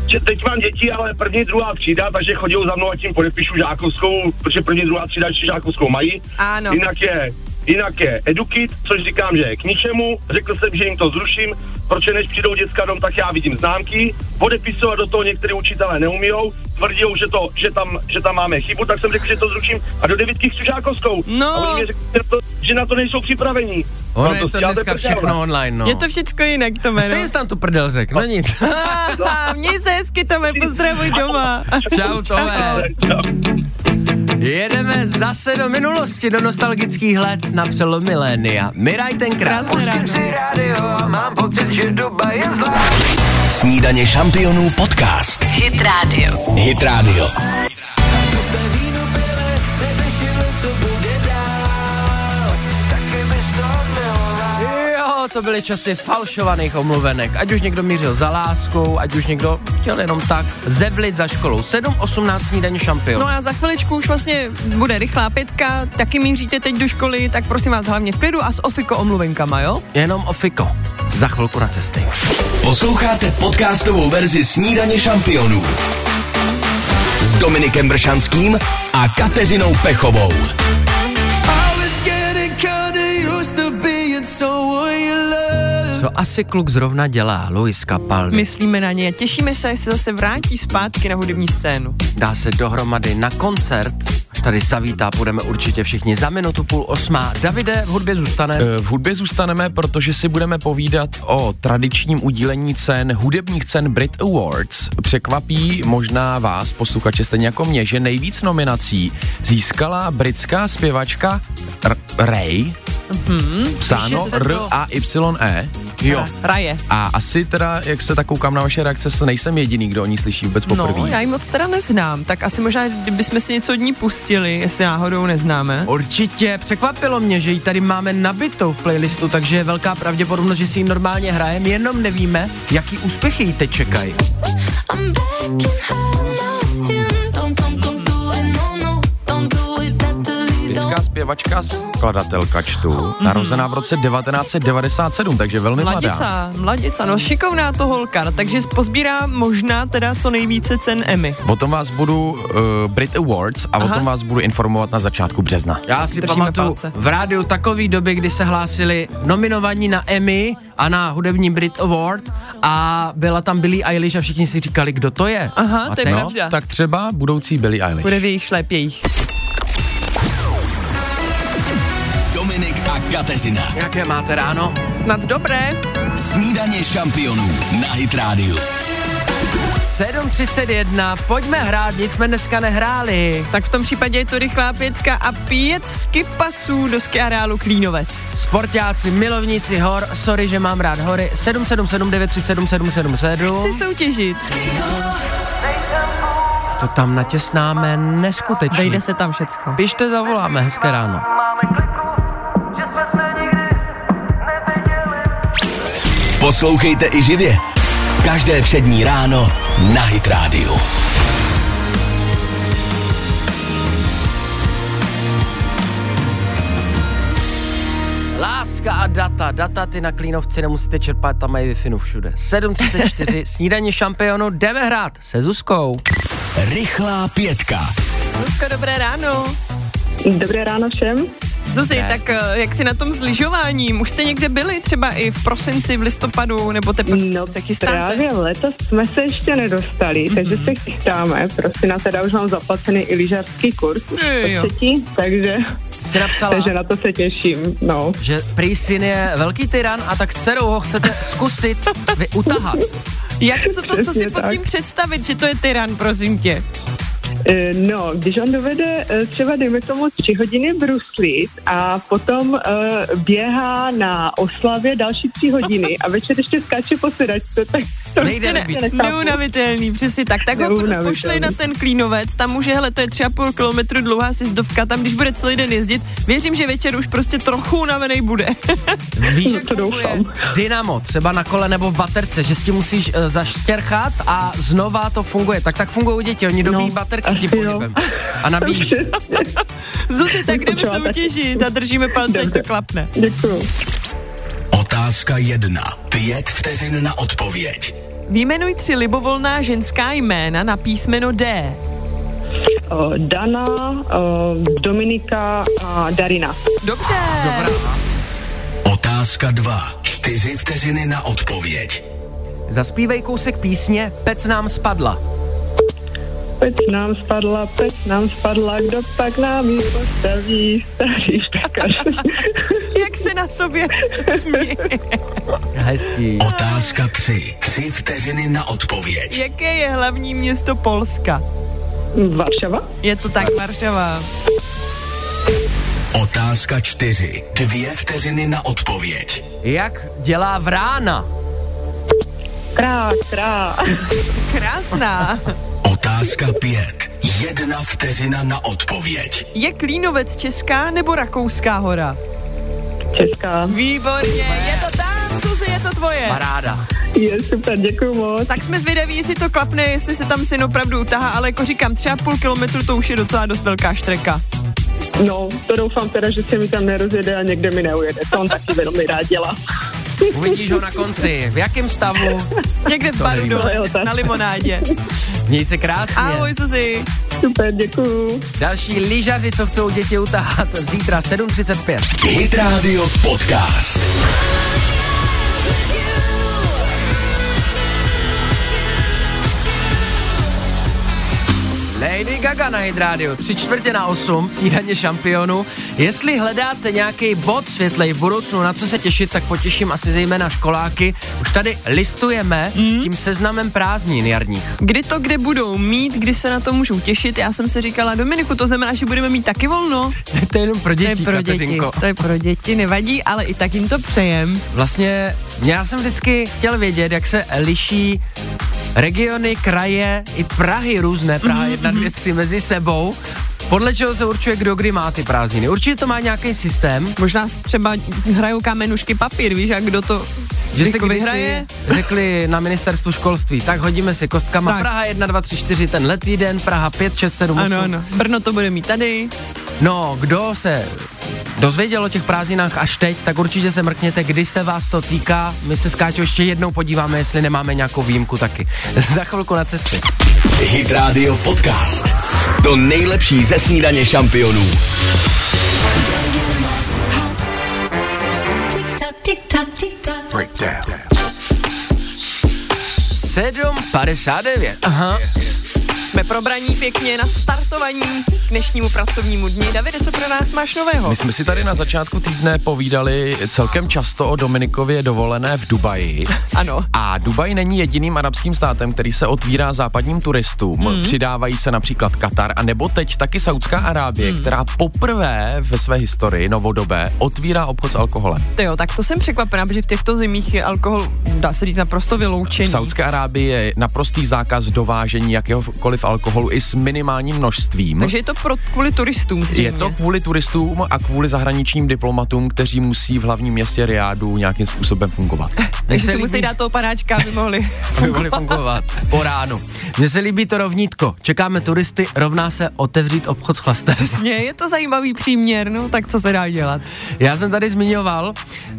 Speaker 6: Že Teď mám děti, ale první, druhá třída, takže chodí za mnou a tím podepíšu žákovskou, protože první, druhá třída ještě žákovskou mají.
Speaker 3: Ano.
Speaker 6: Jinak je, jinak je Edukit, což říkám, že je k ničemu. Řekl jsem, že jim to zruším, protože než přijdou děcka dom, tak já vidím známky. Podepisovat do toho některé učitelé neumíjou, tvrdí, že, to, že, tam, že tam máme chybu, tak jsem řekl, že to zruším a do devítky chci žákovskou.
Speaker 3: No.
Speaker 6: A oni mi řekli, že, na to, že na to nejsou připravení.
Speaker 2: Ono
Speaker 6: Mám
Speaker 2: je to
Speaker 6: děláte
Speaker 2: dneska
Speaker 6: prdele.
Speaker 2: všechno online, no.
Speaker 3: Je to všecko jinak, Tome, no.
Speaker 2: Stejně jsi tam tu prdel řek, no nic.
Speaker 3: Ah, Měj se hezky, Tome, pozdravuj doma.
Speaker 2: Čau, Tome.
Speaker 6: Čau.
Speaker 2: Jedeme zase do minulosti, do nostalgických let na přelom milénia. Miraj tenkrát.
Speaker 3: Krásné ráno.
Speaker 1: Snídaně šampionů podcast. Hit Radio. Hit Radio.
Speaker 2: Jo, to byly časy falšovaných omluvenek. Ať už někdo mířil za láskou, ať už někdo chtěl jenom tak zevlit za školou. 7-18 snídaně šampion.
Speaker 3: No
Speaker 2: No
Speaker 3: a za chviličku už vlastně bude rychlá pětka, taky míříte teď do školy, tak prosím vás hlavně v klidu a s ofiko omluvenkama, jo?
Speaker 2: Jenom ofiko. Za chvilku na cesty.
Speaker 1: Posloucháte podcastovou verzi Snídaně šampionů s Dominikem Bršanským a Kateřinou Pechovou.
Speaker 2: Co asi kluk zrovna dělá? Luis Capaldi.
Speaker 3: Myslíme na ně, těšíme se, až se zase vrátí zpátky na hudební scénu.
Speaker 2: dá se dohromady na koncert. Až tady zavítá, budeme určitě všichni za minutu půl osmá. Davide, v hudbě zůstane.
Speaker 7: Eh, V hudbě zůstaneme, protože si budeme povídat o tradičním udílení cen, hudebních cen Brit Awards. Překvapí možná vás, posluchače, stejně jako mě, že nejvíc nominací získala britská zpěvačka R- Ray, mm-hmm. psáno
Speaker 2: Mhm, píše se to.
Speaker 7: R-A-Y-E. Jo.
Speaker 3: Raje.
Speaker 7: E. A asi teda, jak se tak koukám na vaše reakce, se nejsem jediný, kdo o ní slyší vůbec poprvé.
Speaker 3: No, já ji moc teda neznám, tak asi možná, kdybychom si něco od ní pustili, jestli náhodou neznáme.
Speaker 2: Určitě, překvapilo mě, že ji tady máme nabitou v playlistu, takže je velká pravděpodobnost, že si ji normálně hrajeme, jenom nevíme, jaký úspěchy jí teď čekají.
Speaker 4: I'm back in high noon. Don't, don't, don't do it, no, no. Don't do it, that delete, don't.
Speaker 7: Britská zpěvačka, skladatelka čtu, Mm-hmm. narozená v roce 1997, takže velmi mladá.
Speaker 3: Mladica, mladica, no šikovná to holka, no, takže pozbírá možná teda co nejvíce cen Emmy.
Speaker 7: O tom vás budu uh, Brit Awards a Aha. o tom vás budu informovat na začátku března.
Speaker 2: Já si
Speaker 3: Držíme
Speaker 2: pamatuju
Speaker 3: palce.
Speaker 2: v rádiu takový doby, kdy se hlásili nominovaní na Emmy a na hudební Brit Award a byla tam Billie Eilish a všichni si říkali, kdo to je.
Speaker 3: Aha,
Speaker 2: a
Speaker 3: to je
Speaker 2: teď-
Speaker 3: pravda. Pravda.
Speaker 7: tak třeba budoucí Billie Eilish.
Speaker 3: Bude v jejich šlépějích.
Speaker 1: Dominik a Kateřina.
Speaker 2: Jaké máte ráno?
Speaker 3: Snad dobré.
Speaker 1: Snídaně šampionů na Hit Radio.
Speaker 2: 7.31, pojďme hrát, nic jsme dneska nehráli.
Speaker 3: Tak v tom případě je to rychlá pětka a pět skipasů do skiareálu Klínovec.
Speaker 2: Sportáci, milovníci hor, sorry, že mám rád hory, 777937777.
Speaker 3: Chci soutěžit.
Speaker 2: To tam natěsnáme neskutečně.
Speaker 3: Vejde se tam všecko.
Speaker 2: Běžte, zavoláme, hezké ráno.
Speaker 1: Poslouchejte i živě. Každé přední ráno na Hit Radio.
Speaker 2: Láska a data. Data ty na Klínovci nemusíte čerpat, tam mají wi všude. 7.34, snídaní šampionu, jdeme hrát se Zuzkou.
Speaker 1: Rychlá pětka.
Speaker 3: Zuzko, dobré ráno.
Speaker 8: Dobré ráno všem.
Speaker 3: Zuzi,
Speaker 2: Ne.
Speaker 3: tak eh, jak jsi na tom s lyžováním? Už jste někde byli třeba i v prosinci, v listopadu, nebo teprve
Speaker 8: No,
Speaker 3: se chystáte? Mhm.
Speaker 8: právě letos jsme se ještě nedostali, mm-hmm. takže se chystáme. Prosím, na teda už mám zaplacený i lyžařský kurz. už
Speaker 3: Jo, jo.
Speaker 8: po třetí, takže,
Speaker 2: Jsi napsala,
Speaker 8: takže na to se těším. No,
Speaker 2: že prý syn je velký tyran a tak s dcerou ho chcete zkusit vy- utahat.
Speaker 3: Jak co to, co si
Speaker 8: Přesně
Speaker 3: pod
Speaker 8: tak.
Speaker 3: tím představit, že to je tyran, prosím tě?
Speaker 8: e, no když on dovede e, třeba, dejme tomu, tři hodiny bruslit a potom e, běhá na oslavě další tři hodiny a večer ještě skáče po sedačce, tak to
Speaker 2: Nejde
Speaker 8: prostě
Speaker 2: nebýt.
Speaker 8: nechápu.
Speaker 3: Neunavitelný, přesně tak. Tak ho po-
Speaker 8: Neunavitelný.
Speaker 3: pošli na ten klínovec, tam může, hele, to je třeba půl kilometru dlouhá sjezdovka, tam když bude celý den jezdit, věřím, že večer už prostě trochu unavený bude.
Speaker 2: Víš,
Speaker 8: No,
Speaker 2: jak
Speaker 8: to
Speaker 2: funguje
Speaker 8: doufám.
Speaker 2: dynamo, třeba na kole nebo v baterce, že s tím musíš uh, zaštěrchat a znova to funguje. Tak tak fungují děti, oni dobí no,
Speaker 8: No,
Speaker 2: baterky tím
Speaker 8: asi jo.
Speaker 2: pohybem. A nabíjí se.
Speaker 3: Zuzi, tak jdeme
Speaker 8: Počkej, tak-
Speaker 3: soutěžit a držíme palce, ať to
Speaker 8: Dobře.
Speaker 3: klapne.
Speaker 8: Děkuju.
Speaker 1: Otázka jedna. Pět vteřin na odpověď.
Speaker 3: Výjmenuj tři libovolná ženská jména na písmeno D.
Speaker 8: E, Dana, e, Dominika a Darina.
Speaker 3: Dobře.
Speaker 1: Otázka dva. Čtyři vteřiny na odpověď.
Speaker 2: Zaspívej kousek písně, pec nám spadla.
Speaker 8: Pec nám spadla, pec nám spadla, kdo pak nám ji postaví, starý štakař.
Speaker 3: Jak se na sobě směje.
Speaker 2: Hezký.
Speaker 1: Otázka tři. Tři vteřiny na odpověď.
Speaker 3: Jaké je hlavní město Polska?
Speaker 8: Varšava?
Speaker 3: Je to tak, Varšava.
Speaker 1: Otázka čtyři. Dvě vteřiny na odpověď.
Speaker 2: Jak dělá vrána?
Speaker 8: Krá, krá.
Speaker 3: Krásná.
Speaker 1: Otázka pět. Jedna vteřina na odpověď.
Speaker 3: Je Klínovec česká nebo rakouská hora?
Speaker 8: Česká.
Speaker 3: Výborně, je to tam, Zuzi, je to tvoje.
Speaker 2: Paráda.
Speaker 8: Je super, děkuju moc.
Speaker 3: Tak jsme zvědaví, jestli to klapne, jestli se tam syn opravdu utahá, ale jako říkám, třeba půl kilometru to už je docela dost velká štreka.
Speaker 8: No, to doufám teda, že se mi tam nerozjede a někde mi neujede. To on taky velmi rád dělá.
Speaker 2: Uvidíš ho na konci. V jakém stavu?
Speaker 3: Někde v baru
Speaker 2: nevím.
Speaker 3: dole,
Speaker 8: To je otázka.
Speaker 3: na limonádě.
Speaker 2: Měj se krásně.
Speaker 3: Ahoj, Zuzi.
Speaker 8: Super, děkuju.
Speaker 2: Další lyžaři, co chcou děti utahat, zítra 7.35.
Speaker 1: Hit Radio Podcast.
Speaker 2: Lady Gaga na Hit Radio, 3 čtvrtě na 8, snídaně šampionu. Jestli hledáte nějaký bod světlej v budoucnu, na co se těšit, tak potěším asi zejména školáky. Už tady listujeme
Speaker 3: Hmm?
Speaker 2: tím seznamem prázdnin jarních.
Speaker 3: Kdy to kde budou mít, kdy se na to můžou těšit? Já jsem si říkala, Dominiku, to znamená, že budeme mít taky volno.
Speaker 2: to je jenom pro děti,
Speaker 3: to je pro děti,
Speaker 2: Kateřinko.
Speaker 3: to je pro děti, nevadí, ale i tak jim to přejem.
Speaker 2: Vlastně já jsem vždycky chtěl vědět, jak se liší regiony, kraje i Prahy různé,
Speaker 3: Hmm,
Speaker 2: Praha 1, 2, 3 mezi sebou. Podle čeho se určuje, kdo kdy má ty prázdniny. Určitě to má nějaký systém,
Speaker 3: Možná s- třeba hrajou kamenušky papír, víš, a kdo to
Speaker 2: že se
Speaker 3: jako
Speaker 2: kdysi
Speaker 3: vyhraje.
Speaker 2: řekli na ministerstvu školství, tak hodíme si kostkama
Speaker 3: Tak.
Speaker 2: Praha 1, 2, 3, 4 tenhle týden, Praha 5, 6, 7, 8.
Speaker 3: Ano, ano. Brno to bude mít tady.
Speaker 2: No, kdo se dozvěděl o těch prázdninách až teď, tak určitě se mrkněte, kdy se vás to týká. My se s Káťou ještě jednou podíváme, jestli nemáme nějakou výjimku taky. Za chvilku na cestě.
Speaker 1: Hit Radio Podcast. To nejlepší ze snídaně šampionů.
Speaker 9: Tick tock, tick tock.
Speaker 2: 7.59. Aha.
Speaker 3: Jsme probraní pěkně na startovaní k dnešnímu pracovnímu dni. Davide, co pro nás máš nového?
Speaker 7: My jsme si tady na začátku týdne povídali celkem často o Dominikově dovolené v Dubaji.
Speaker 3: Ano.
Speaker 7: A Dubaj není jediným arabským státem, který se otvírá západním turistům. Mm. Přidávají se například Katar a nebo teď taky Saudská Arábie, mm. která poprvé ve své historii novodobé otvírá obchod s alkoholem.
Speaker 3: To jo, tak to jsem překvapená, protože v těchto zemích je alkohol, dá se říct, naprosto vyloučený.
Speaker 7: V Saudské Arábii je naprostý zákaz dovážení jakéhokoliv alkoholu i s minimálním množstvím.
Speaker 3: Takže je to pro, kvůli turistům zřejmě.
Speaker 7: Je to kvůli turistům a kvůli zahraničním diplomatům, kteří musí v hlavním městě Riádu nějakým způsobem fungovat.
Speaker 2: Mně
Speaker 3: Takže
Speaker 2: se
Speaker 3: si musí
Speaker 2: líbí-
Speaker 3: dát toho panáčka, aby mohli
Speaker 2: aby mohli fungovat po ránu. Mně se líbí to rovnítko. Čekáme turisty, rovná se otevřít obchod s chlastem.
Speaker 3: Přesně, je to zajímavý příměr, no tak co se dá dělat.
Speaker 2: Já jsem tady zmiňoval,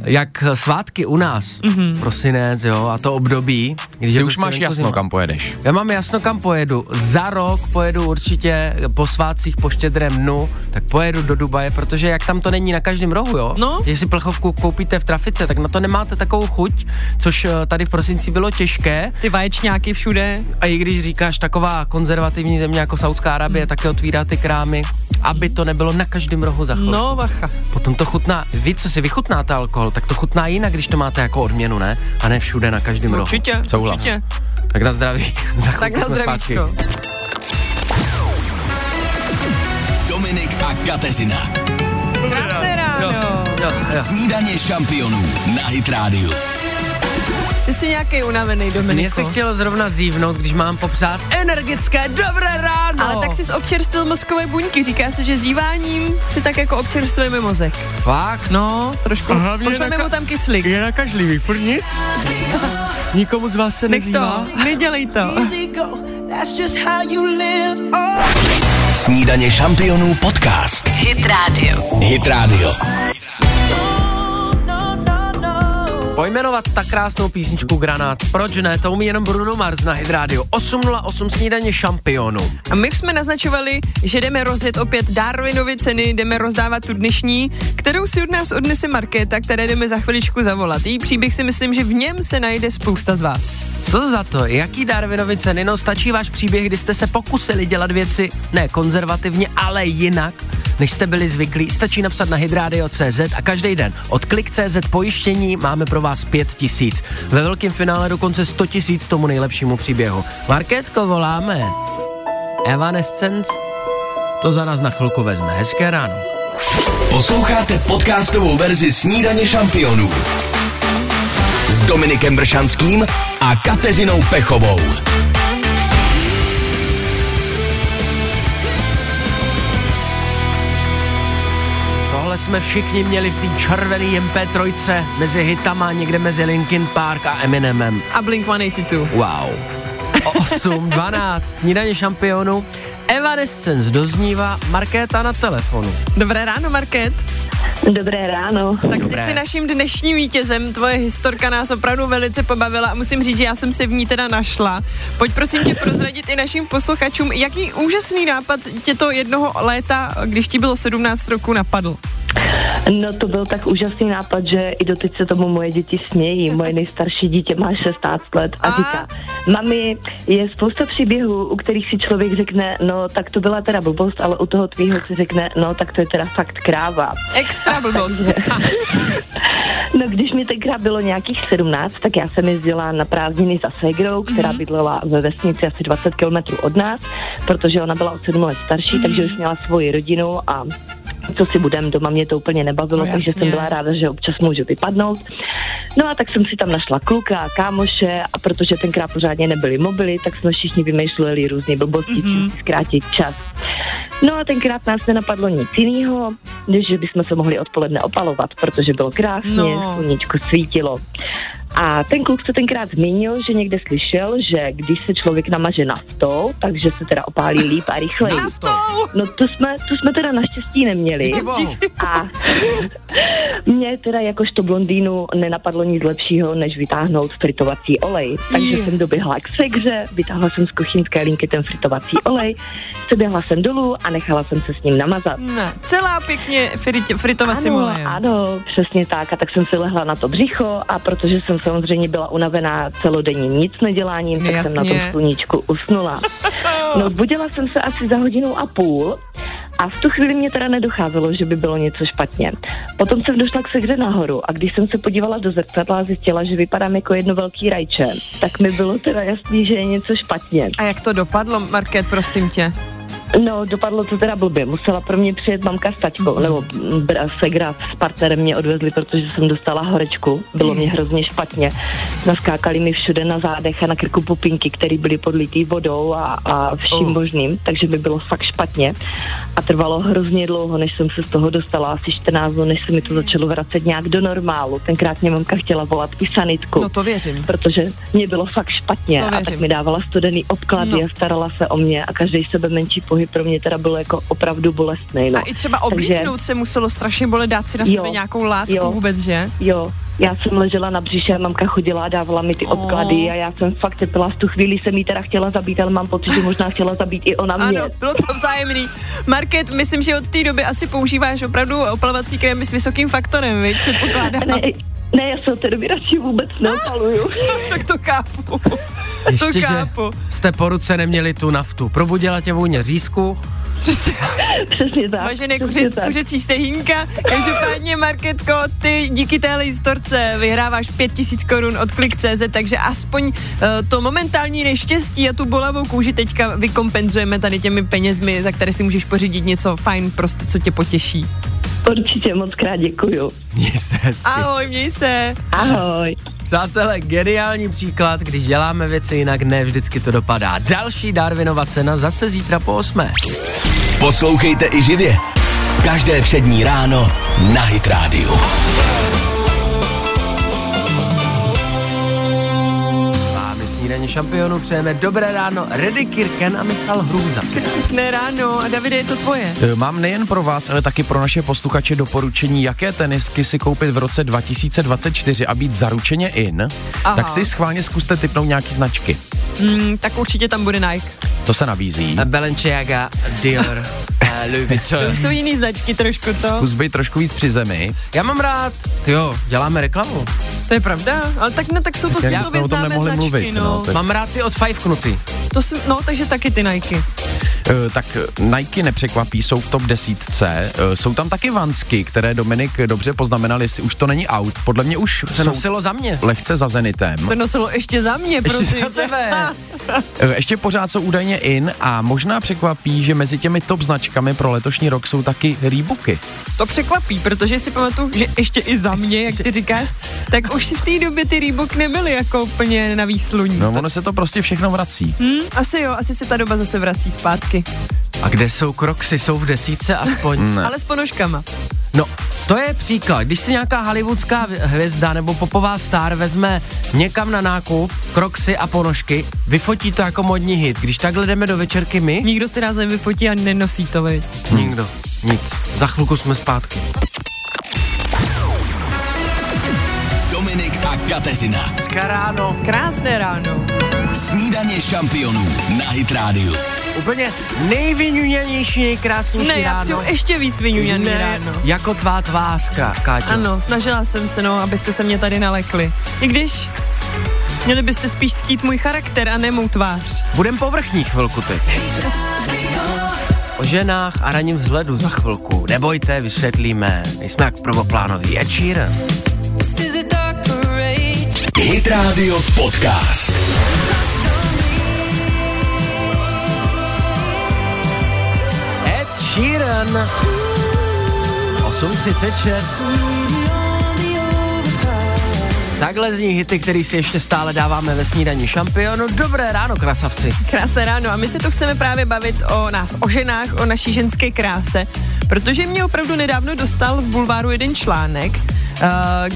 Speaker 2: jak svátky u nás,
Speaker 3: Mhm.
Speaker 2: mm-hmm. prosinec, jo, a to období, když
Speaker 7: Ty
Speaker 2: je
Speaker 7: už
Speaker 2: prostě
Speaker 7: máš
Speaker 2: venku
Speaker 7: jasno,
Speaker 2: zima.
Speaker 7: kam pojedeš.
Speaker 2: Já mám jasno, kam pojedu. Za rok pojedu určitě po svátcích, po štědrém dnu, tak pojedu do Dubaje, protože jak tam to není na každém rohu, jo?
Speaker 3: No.
Speaker 2: Jestli plechovku koupíte v trafice, tak na to nemáte takovou chuť, což eh, tady v prosinci bylo těžké.
Speaker 3: Ty vaječňáky všude,
Speaker 2: A i když říkáš taková konzervativní země jako Saudská Arabie,
Speaker 3: Mhm.
Speaker 2: mm. také otvírá ty krámy, aby to nebylo na každém rohu za chvilku.
Speaker 3: no vacha.
Speaker 2: Potom to chutná, vy co si vychutnáte alkohol, tak to chutná jinak, když to máte jako odměnu, ne? A ne všude na každém rohu.
Speaker 3: Určitě,
Speaker 7: Souhlas.
Speaker 3: určitě.
Speaker 2: Tak na zdraví. Za
Speaker 3: Tak
Speaker 2: chvilku
Speaker 3: na
Speaker 2: jsme zpátky.
Speaker 3: zdravíčko.
Speaker 1: Dominik a Kateřina.
Speaker 3: Krásné ráno.
Speaker 2: Jo, jo.
Speaker 1: Snídaně šampionů na Hit Radio.
Speaker 3: Ty jsi nějaký unavený,
Speaker 2: Mně
Speaker 3: Dominiko.
Speaker 2: se chtělo zrovna zívnout, když mám popsat energické dobré ráno.
Speaker 3: Ale tak jsi občerstvil mozkové buňky. Říká se, že zíváním si tak jako občerstvujeme mozek.
Speaker 2: Fakt?
Speaker 3: No, trošku.
Speaker 2: A hlavně
Speaker 3: Pošleme
Speaker 2: naka-
Speaker 3: mu tam kyslík.
Speaker 2: Je nakažlivý, furt nic? Nikomu z vás se
Speaker 3: Nech to,
Speaker 2: nezývá?
Speaker 3: nedělej to.
Speaker 2: Oh.
Speaker 1: Snídaně šampionů podcast. Hit Radio. Hit Radio.
Speaker 2: Pojmenovat tak krásnou písničku Granát. Proč ne? To umí jenom Bruno Mars na Hit Radio. 808 snídaně šampionů.
Speaker 3: A my už jsme naznačovali, že jdeme rozjet opět Darwinovy ceny, jdeme rozdávat tu dnešní, kterou si od nás odnese Markéta, které jdeme za chviličku zavolat. Její příběh si myslím, že v něm se najde spousta z vás.
Speaker 2: Co za to? Jaký Darwinovy ceny? No stačí váš příběh, kdy jste se pokusili dělat věci ne konzervativně, ale jinak, než jste byli zvyklí. Stačí napsat na hydradio.cz a každý den od klik.cz pojištění máme pro vás 5 tisíc. Ve velkém finále dokonce 100 tisíc tomu nejlepšímu příběhu. Marketko, voláme. Evanescence? To za nás na chvilku vezme. Hezké ráno.
Speaker 1: Posloucháte podcastovou verzi Snídaně šampionů s Dominikem Bršanským a Kateřinou Pechovou.
Speaker 2: Tohle jsme všichni měli v té červené MP3 mezi hitama někde mezi Linkin Park a Eminemem.
Speaker 3: A Blink-182.
Speaker 2: Wow. O 8, 12, snídaně šampionu. Evanescence doznívá Markéta na telefonu.
Speaker 3: Dobré ráno, Market.
Speaker 10: Dobré ráno.
Speaker 3: Tak ty
Speaker 2: Dobré.
Speaker 3: jsi naším dnešním vítězem, tvoje historka nás opravdu velice pobavila a musím říct, že já jsem se v ní teda našla. Pojď prosím tě prozradit i našim posluchačům, jaký úžasný nápad tě to jednoho léta, když ti bylo 17 roku, napadl.
Speaker 10: No to byl tak úžasný nápad, že i doteď se tomu moje děti smějí. Moje nejstarší dítě má 16 let a,
Speaker 3: A?
Speaker 10: říká, mami, je spousta příběhů, u kterých si člověk řekne, no tak to byla teda blbost, ale u toho tvýho si řekne, no tak to je teda fakt kráva.
Speaker 3: Extra blbost.
Speaker 10: No když mi tenkrát bylo nějakých 17, tak já jsem jezdila na prázdniny za ségrou, která
Speaker 3: Mhm.
Speaker 10: bydlela ve vesnici asi 20 kilometrů od nás, protože ona byla o 7 let
Speaker 3: Mhm.
Speaker 10: starší, takže už měla svoji rodinu a co si budem, doma mě to úplně nebavilo,
Speaker 3: No,
Speaker 10: no, takže
Speaker 3: jasně.
Speaker 10: jsem byla ráda, že občas můžu vypadnout. No a tak jsem si tam našla kluka a kámoše a protože tenkrát pořádně nebyly mobily, tak jsme všichni vymýšleli různé blbosti,
Speaker 3: Mhm.
Speaker 10: mm-hmm. zkrátit čas. No a tenkrát nás nenapadlo nic jiného, než že bychom se mohli odpoledne opalovat, protože bylo krásně,
Speaker 3: No.
Speaker 10: no. sluníčko svítilo. A ten kluk se tenkrát zmínil, že někde slyšel, že když se člověk namaže naftou, takže se teda opálí líp a rychleji. No to jsme, to jsme teda naštěstí neměli. A mě teda jakožto blondýnu nenapadlo nic lepšího, než vytáhnout fritovací olej. Takže jsem doběhla k segře, vytáhla jsem z kuchyňské linky ten fritovací olej, seběhla jsem dolů a nechala jsem se s ním namazat.
Speaker 3: Ne, celá pěkně frit, fritovací
Speaker 10: Ano,
Speaker 3: olejem.
Speaker 10: ano, přesně tak. A tak jsem si lehla na to břicho a protože jsem samozřejmě byla unavená celodenním nic neděláním, tak jsem na tom
Speaker 3: Jasně.
Speaker 10: sluníčku usnula. No, budila jsem se asi za hodinu a půl a v tu chvíli mě teda nedocházelo, že by bylo něco špatně. Potom jsem došla k segře nahoru a když jsem se podívala do zrcadla a zjistila, že vypadám jako jedno velký rajče, tak mi bylo teda jasný, že je něco špatně.
Speaker 3: A jak to dopadlo, Market, prosím tě?
Speaker 10: No, dopadlo to teda blbě. Musela pro mě přijet mamka s taťkou, nebo br- segra s partnerem mě odvezli, protože jsem dostala horečku. Bylo mě hrozně špatně. Naskákali mi všude na zádech a na krku pupinky, které byly podlitý vodou a, a vším možným, takže mi bylo fakt špatně. A trvalo hrozně dlouho, než jsem se z toho dostala, asi 14 dnů, než se mi to začalo vracet nějak do normálu. Tenkrát mě mamka chtěla volat i sanitku
Speaker 3: No to věřím.
Speaker 10: protože mě bylo fakt špatně
Speaker 3: To
Speaker 10: a
Speaker 3: věřím.
Speaker 10: tak mi dávala studený obklady
Speaker 3: No.
Speaker 10: no. a starala se o mě a každý sebe menší pohyb pro mě teda byl jako opravdu bolestný. No.
Speaker 3: A i třeba oblíknout se muselo strašně bolet, dát si na
Speaker 10: Jo,
Speaker 3: sebe nějakou látku
Speaker 10: jo.
Speaker 3: vůbec, že?
Speaker 10: Jo, já jsem ležela na břiše a mamka chodila a dávala mi ty obklady a já jsem fakt tepila. V tu chvíli jsem jí teda chtěla zabít, ale mám pocit, že možná chtěla zabít i ona mě.
Speaker 3: Ano, bylo to vzájemný. Market, myslím, že od té doby asi používáš opravdu opalovací krémy s vysokým faktorem, viď? Předpokládám.
Speaker 10: Ne, ne, já se od té doby radši vůbec neopaluju.
Speaker 3: tak to chápu. to
Speaker 2: Ještě, že
Speaker 3: chápu.
Speaker 2: jste po ruce neměli tu naftu. Probudila tě vůně řízku.
Speaker 3: Přesně.
Speaker 10: Přesně tak.
Speaker 3: Vážené
Speaker 10: přesně
Speaker 3: kuře,
Speaker 10: tak.
Speaker 3: kuřecí stehínka. Každopádně, Marketko, ty díky téhle historce vyhráváš 5000 korun od Klik.cz, takže aspoň uh, to momentální neštěstí a tu bolavou kůži teďka vykompenzujeme tady těmi penězmi, za které si můžeš pořídit něco fajn, prostě, co tě potěší.
Speaker 10: Určitě moc krát děkuju.
Speaker 2: Měj se hezky.
Speaker 3: Ahoj, měj se.
Speaker 10: Ahoj.
Speaker 2: Přátelé, geniální příklad, když děláme věci jinak, ne vždycky to dopadá. Další Darwinova cena zase zítra po 8.
Speaker 1: Poslouchejte i živě. Každé přední ráno na Hit Radio.
Speaker 2: Máme snídaně šampionu, přejeme dobré ráno Redy Kirken a Michal Hrůza.
Speaker 3: Krásné ráno a Davide, je to tvoje.
Speaker 7: Eh, Mám nejen pro vás, ale taky pro naše posluchače doporučení, jaké tenisky si koupit v roce 2024 a být zaručeně in,
Speaker 3: Aha.
Speaker 7: Aha. tak si schválně zkuste typnout nějaký značky.
Speaker 3: Mm, tak určitě tam bude Nike.
Speaker 7: To se nabízí.
Speaker 2: Balenciaga, Dior, eh, Louis Vuitton.
Speaker 3: Jsou jiný značky trošku, co?
Speaker 7: Zkus být trošku víc při zemi.
Speaker 2: Já mám rád, jo, děláme reklamu.
Speaker 3: To je pravda, ale tak ne, tak jsou to
Speaker 7: Tak já
Speaker 3: světově
Speaker 7: jsme o tom
Speaker 3: známé
Speaker 7: nemohli
Speaker 3: značky,
Speaker 7: mluvit,
Speaker 3: no.
Speaker 7: no, tak-
Speaker 2: Mám rád ty od Five Knuty.
Speaker 3: To jsem, no, takže taky ty Nike.
Speaker 7: Eh, tak Nike nepřekvapí, jsou v top desítce. Eh, Jsou tam taky vansky, které Dominik dobře poznamenal, jestli už to není out. Podle mě už
Speaker 2: Se
Speaker 7: jsou
Speaker 2: nosilo za mě.
Speaker 7: lehce za Zenitem.
Speaker 3: To nosilo ještě za mě,
Speaker 2: Ještě
Speaker 3: prosím.
Speaker 2: za tebe.
Speaker 7: Eh, Ještě pořád jsou údajně in a možná překvapí, že mezi těmi top značkami pro letošní rok jsou taky Reeboky.
Speaker 3: To překvapí, protože si pamatuju, že ještě i za mě, jak ty říkáš, tak už si v té době ty Reebok nebyly jako úplně na výsluní.
Speaker 7: No ono se to prostě všechno vrací.
Speaker 3: Hmm, asi jo, asi se ta doba zase vrací zpátky.
Speaker 2: A kde jsou kroksy? Jsou v desítce aspoň.
Speaker 7: Ne.
Speaker 3: Ale s ponožkama.
Speaker 2: No, to je příklad. Když si nějaká hollywoodská v- hvězda nebo popová star vezme někam na nákup kroksy a ponožky, vyfotí to jako modní hit. Když takhle jdeme do večerky my,
Speaker 3: Nikdo se nás nevyfotí a nenosí to, veď.
Speaker 2: nikdo, nic. Za chvilku jsme zpátky.
Speaker 1: Dominik a Kateřina.
Speaker 2: Dneska ráno.
Speaker 3: Krásné ráno.
Speaker 1: Snídaně šampionů na Hit Radio.
Speaker 2: Úplně nejvyňuněnější, nejkrásnější
Speaker 3: Ne, já
Speaker 2: ráno.
Speaker 3: přijdu ještě víc vyňuňaný
Speaker 2: Ne,
Speaker 3: ráno.
Speaker 2: Jako tvá tvářka, Káťo.
Speaker 3: Ano, snažila jsem se, no, abyste se mě tady nalekli. I když měli byste spíš ctít můj charakter a ne mou tvář.
Speaker 2: Budem povrchní chvilku teď. O ženách a raním vzhledu za chvilku. Nebojte, vysvětlíme. Nejsme jak prvoplánoví. Ed Sheeran.
Speaker 1: Hit Radio Podcast.
Speaker 2: Ed Sheeran. 8.36. Takhle zní hity, který si ještě stále dáváme ve snídaní šampionu. Dobré ráno, krasavci.
Speaker 3: Krásné ráno a my se tu chceme právě bavit o nás, o ženách, o naší ženské kráse, protože mě opravdu nedávno dostal v bulváru jeden článek, eh,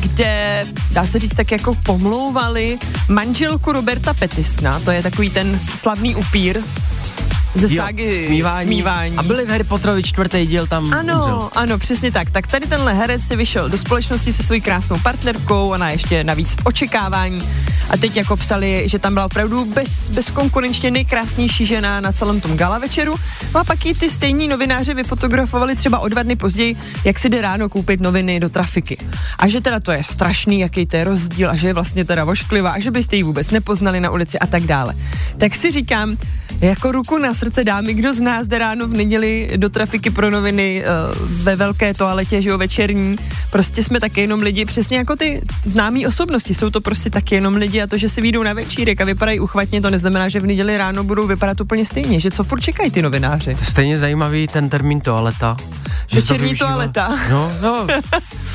Speaker 3: kde, dá se říct, tak jako pomlouvali manželku Roberta Petisna, to je takový ten slavný upír ze
Speaker 2: Jo,
Speaker 3: ságy
Speaker 2: stmívání.
Speaker 3: stmívání.
Speaker 2: A byli v Harry Potterovi čtvrtý díl tam
Speaker 3: Ano,
Speaker 2: umřel.
Speaker 3: ano, přesně tak. Tak tady tenhle herec si vyšel do společnosti se svojí krásnou partnerkou, ona ještě navíc v očekávání. A teď jako psali, že tam byla opravdu bez, bezkonkurenčně nejkrásnější žena na celém tom gala večeru. No a pak ji ty stejní novináři vyfotografovali třeba o dva dny později, jak si jde ráno koupit noviny do trafiky. A že teda to je strašný, jaký to je rozdíl a že je vlastně teda vošklivá a že byste ji vůbec nepoznali na ulici a tak dále. Tak si říkám, jako ruku na srdce dámy, kdo z nás jde ráno v neděli do trafiky pro noviny eh, ve velké toaletě, že jo, večerní. Prostě jsme také jenom lidi, přesně jako ty známí osobnosti, jsou to prostě taky jenom lidi a to, že si výjdou na večírek a vypadají uchvatně, to neznamená, že v neděli ráno budou vypadat úplně stejně, že co furt čekají ty novináři.
Speaker 2: Stejně zajímavý ten termín toaleta. že to
Speaker 3: Večerní
Speaker 2: využívá-
Speaker 3: toaleta.
Speaker 2: No, no.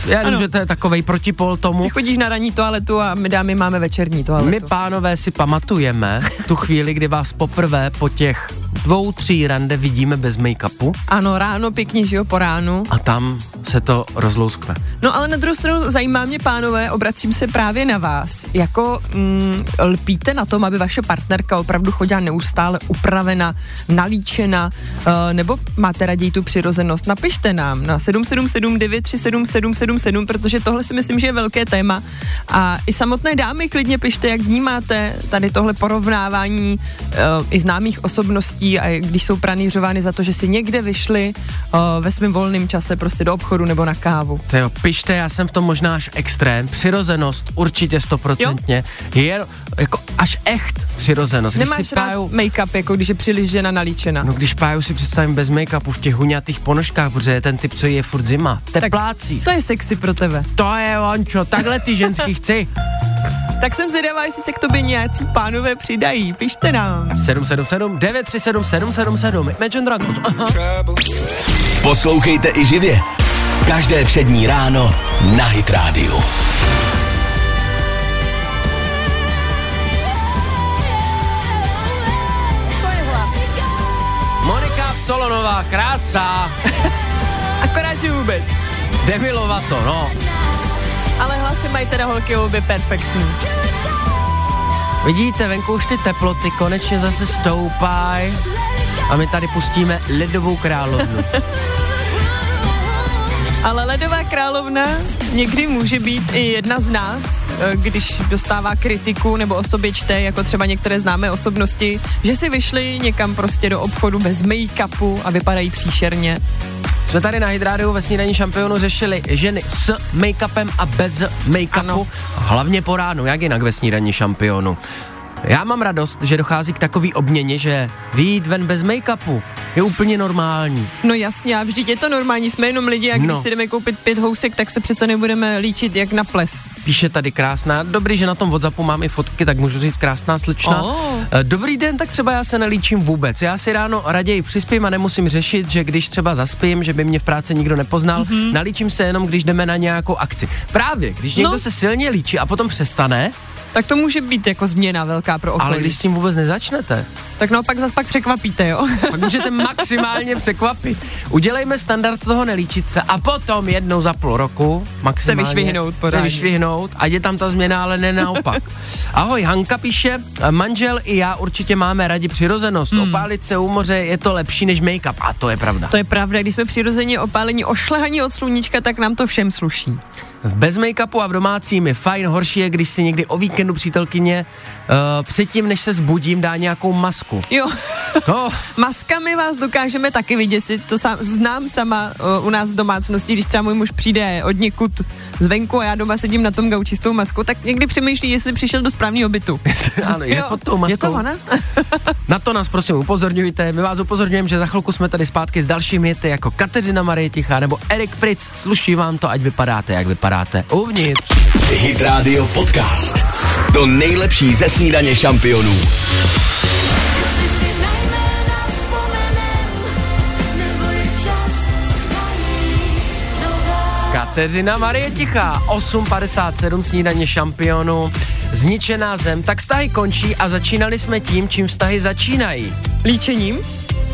Speaker 2: Já vím,
Speaker 3: Ano.
Speaker 2: že to je takovej protipol tomu.
Speaker 3: Ty chodíš na ranní toaletu a my dámy máme večerní toaletu.
Speaker 2: My, pánové, si pamatujeme tu chvíli, kdy vás poprvé po těch dvou, tří rande vidíme bez make-upu
Speaker 3: Ano, ráno pěkně, že jo, po ránu.
Speaker 2: a tam se to rozlouskne.
Speaker 3: No ale na druhou stranu zajímá mě, pánové, obracím se právě na vás. Jako mm, lpíte na tom, aby vaše partnerka opravdu chodila neustále upravena, nalíčena, uh, nebo máte raději tu přirozenost? Napište nám na 777 937 777, protože tohle si myslím, že je velké téma. A i samotné dámy klidně pište, jak vnímáte tady tohle porovnávání uh, i známých osobností, a když jsou pranířovány za to, že si někde vyšli uh, ve svém volném čase prostě do obchodu nebo na kávu.
Speaker 2: To jo, pište, já jsem v tom možná až extrém. Přirozenost určitě stoprocentně. Je jako až echt přirozenost. Když
Speaker 3: Nemáš
Speaker 2: si
Speaker 3: rád
Speaker 2: pájou-
Speaker 3: make-up, jako když je příliš žena nalíčena.
Speaker 2: No když páju si představím bez make-upu v těch huňatých ponožkách, protože je ten typ, co je furt zima. Teplácích.
Speaker 3: To je sexy pro tebe.
Speaker 2: To je ončo, takhle ty ženský chci.
Speaker 3: Tak jsem zvědavá, jestli se k tobě nějací pánové přidají. Pište nám.
Speaker 2: 777 937 777 Imagine Dragons. Aha.
Speaker 1: Poslouchejte i živě. Každé přední ráno na Hit Radio.
Speaker 2: Monika Solonová, krása.
Speaker 3: Akorát, že vůbec.
Speaker 2: Demilova to, no.
Speaker 3: Ale hlasy mají teda holky obě perfektní.
Speaker 2: Vidíte, venku už ty teploty konečně zase stoupají. A my tady pustíme ledovou královnu.
Speaker 3: Ale ledová královna někdy může být i jedna z nás, eh, když dostává kritiku nebo o sobě čte, jako třeba některé známé osobnosti, že si vyšli někam prostě do obchodu bez make-upu a vypadají příšerně.
Speaker 2: Jsme tady na Hydrádiu ve snídaní šampionu řešili ženy s make-upem a bez make-upu.
Speaker 3: Ano.
Speaker 2: Hlavně po ránu, jak jinak ve snídaní šampionu. Já mám radost, že dochází k takový obměně, že vyjít ven bez make-upu je úplně normální.
Speaker 3: No jasně, a vždyť je to normální, jsme jenom lidi a když
Speaker 2: No.
Speaker 3: no. si jdeme koupit pět housek, tak se přece nebudeme líčit jak na ples.
Speaker 2: Píše tady krásná, dobrý, že na tom WhatsAppu mám i fotky, tak můžu říct krásná slečna.
Speaker 3: Oh.
Speaker 2: Eh, Dobrý den, tak třeba já se nelíčím vůbec. Já si ráno raději přispím a nemusím řešit, že když třeba zaspím, že by mě v práci nikdo nepoznal.
Speaker 3: Mhm.
Speaker 2: Mm-hmm. Nalíčím se jenom, když jdeme na nějakou akci. Právě, když někdo
Speaker 3: No.
Speaker 2: se silně líčí a potom přestane,
Speaker 3: Tak to může být jako změna velká pro okolí.
Speaker 2: Ale když s tím vůbec nezačnete,
Speaker 3: Tak naopak zas pak překvapíte, jo?
Speaker 2: pak můžete maximálně překvapit. Udělejme standard z toho nelíčit se a potom jednou za půl roku maximálně
Speaker 3: Se vyšvihnout
Speaker 2: se
Speaker 3: pořádně.
Speaker 2: vyšvihnout, ať je tam ta změna, ale ne naopak. Ahoj, Hanka píše, manžel i já určitě máme rádi přirozenost. Hmm. Opálit se u moře je to lepší než make-up a to je pravda.
Speaker 3: To je pravda, když jsme přirozeně opálení ošlehaní od sluníčka, tak nám to všem sluší.
Speaker 2: Bez make-upu a v domácím je fajn, horší je, když si někdy o víkendu přítelkyně uh, předtím, než se zbudím, dá nějakou masku.
Speaker 3: Jo,
Speaker 2: No,
Speaker 3: maskami vás dokážeme taky vyděsit, to sám, znám sama uh, u nás v domácnosti, když třeba můj muž přijde od někud zvenku a já doma sedím na tom gauči s tou maskou, tak někdy přemýšlí, jestli přišel do správného bytu.
Speaker 2: ano, je
Speaker 3: Jo,
Speaker 2: pod tou maskou.
Speaker 3: Je to ona?
Speaker 2: Na to nás prosím upozorňujte. My vás upozorňujeme, že za chvilku jsme tady zpátky s dalšími hity jako Kateřina Marie Tichá nebo Erik Pritz. Sluší vám to, ať vypadáte, jak vypadáte uvnitř.
Speaker 1: Hit Radio Podcast. To nejlepší ze snídaně šampionů.
Speaker 2: Kateřina Marie Tichá, 8.57 snídaně šampionu. Zničená zem, tak vztahy končí a začínali jsme tím, čím vztahy začínají.
Speaker 3: Líčením?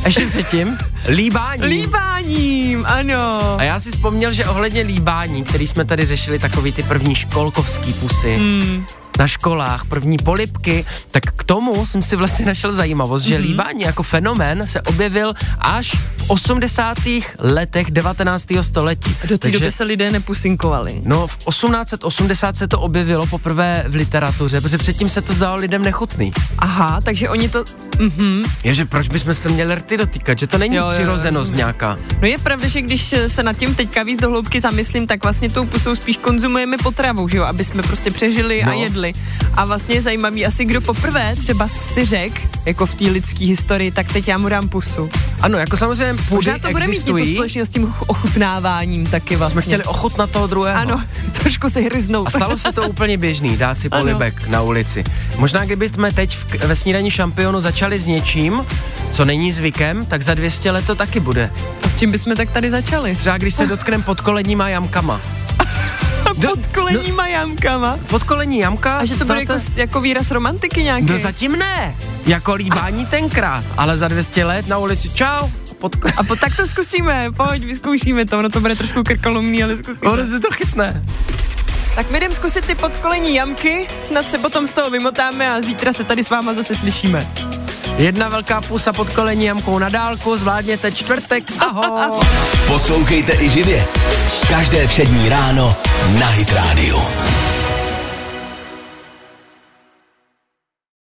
Speaker 2: Ještě předtím, líbání.
Speaker 3: Líbáním, ano.
Speaker 2: A já si vzpomněl, že ohledně líbání, který jsme tady řešili, takový ty první školkovský pusy,
Speaker 3: Hmm.
Speaker 2: mm. na školách, první polipky, tak k tomu jsem si vlastně našel zajímavost,
Speaker 3: Mhm.
Speaker 2: že mm. líbání jako fenomén se objevil až v 80. letech 19. století.
Speaker 3: Do té doby se lidé nepusinkovali.
Speaker 2: No, v 1880 se to objevilo poprvé v literatuře, protože předtím se to zdálo lidem nechutný.
Speaker 3: Aha, takže oni to... Mhm.
Speaker 2: Ježe, proč bychom se měli rty dotýkat, že to není
Speaker 3: Jo,
Speaker 2: jo,
Speaker 3: jo,
Speaker 2: přirozenost
Speaker 3: rozumím.
Speaker 2: nějaká.
Speaker 3: No je pravda, že když eh, se nad tím teďka víc dohloubky zamyslím, tak vlastně tou pusou spíš konzumujeme potravu, že jo, aby jsme prostě přežili no. a
Speaker 2: No.
Speaker 3: jedli. A vlastně je zajímavý asi, kdo poprvé třeba si řekl, jako v té lidské historii, tak teď já mu dám pusu.
Speaker 2: Ano, jako samozřejmě půdy
Speaker 3: Možná to bude mít něco
Speaker 2: existují.
Speaker 3: společného s tím och- ochutnáváním taky
Speaker 2: Jsme
Speaker 3: vlastně.
Speaker 2: chtěli ochutnat toho druhého.
Speaker 3: ano, trošku se hryznout.
Speaker 2: A stalo se to úplně běžný, dát si polibek na ulici. Možná kdyby jsme teď v, k- ve snídani šampionu začali s něčím, co není zvykem, tak za 200 let to taky bude.
Speaker 3: A s čím bychom tak tady začali?
Speaker 2: Třeba když se dotknem podkoleníma jamkama. Do- no-
Speaker 3: Pod koleníma jamkama.
Speaker 2: Podkolení jamka?
Speaker 3: A že to bude
Speaker 2: znáte?
Speaker 3: jako, s- jako výraz romantiky nějaký.
Speaker 2: No zatím ne, jako líbání tenkrát, ale za 200 let na ulici čau, podko...
Speaker 3: A po, tak to zkusíme, pojď, vyzkoušíme to, ono to bude trošku krkolomný, ale
Speaker 2: Ono
Speaker 3: zkusíme.
Speaker 2: se to chytne.
Speaker 3: Tak my jdem zkusit ty podkolení jamky, snad se potom z toho vymotáme a zítra se tady s váma zase slyšíme.
Speaker 2: Jedna velká pusa podkolení jamkou na dálku, zvládněte čtvrtek, ahoj.
Speaker 1: Poslouchejte i živě. Každé přední ráno na Hit Radio.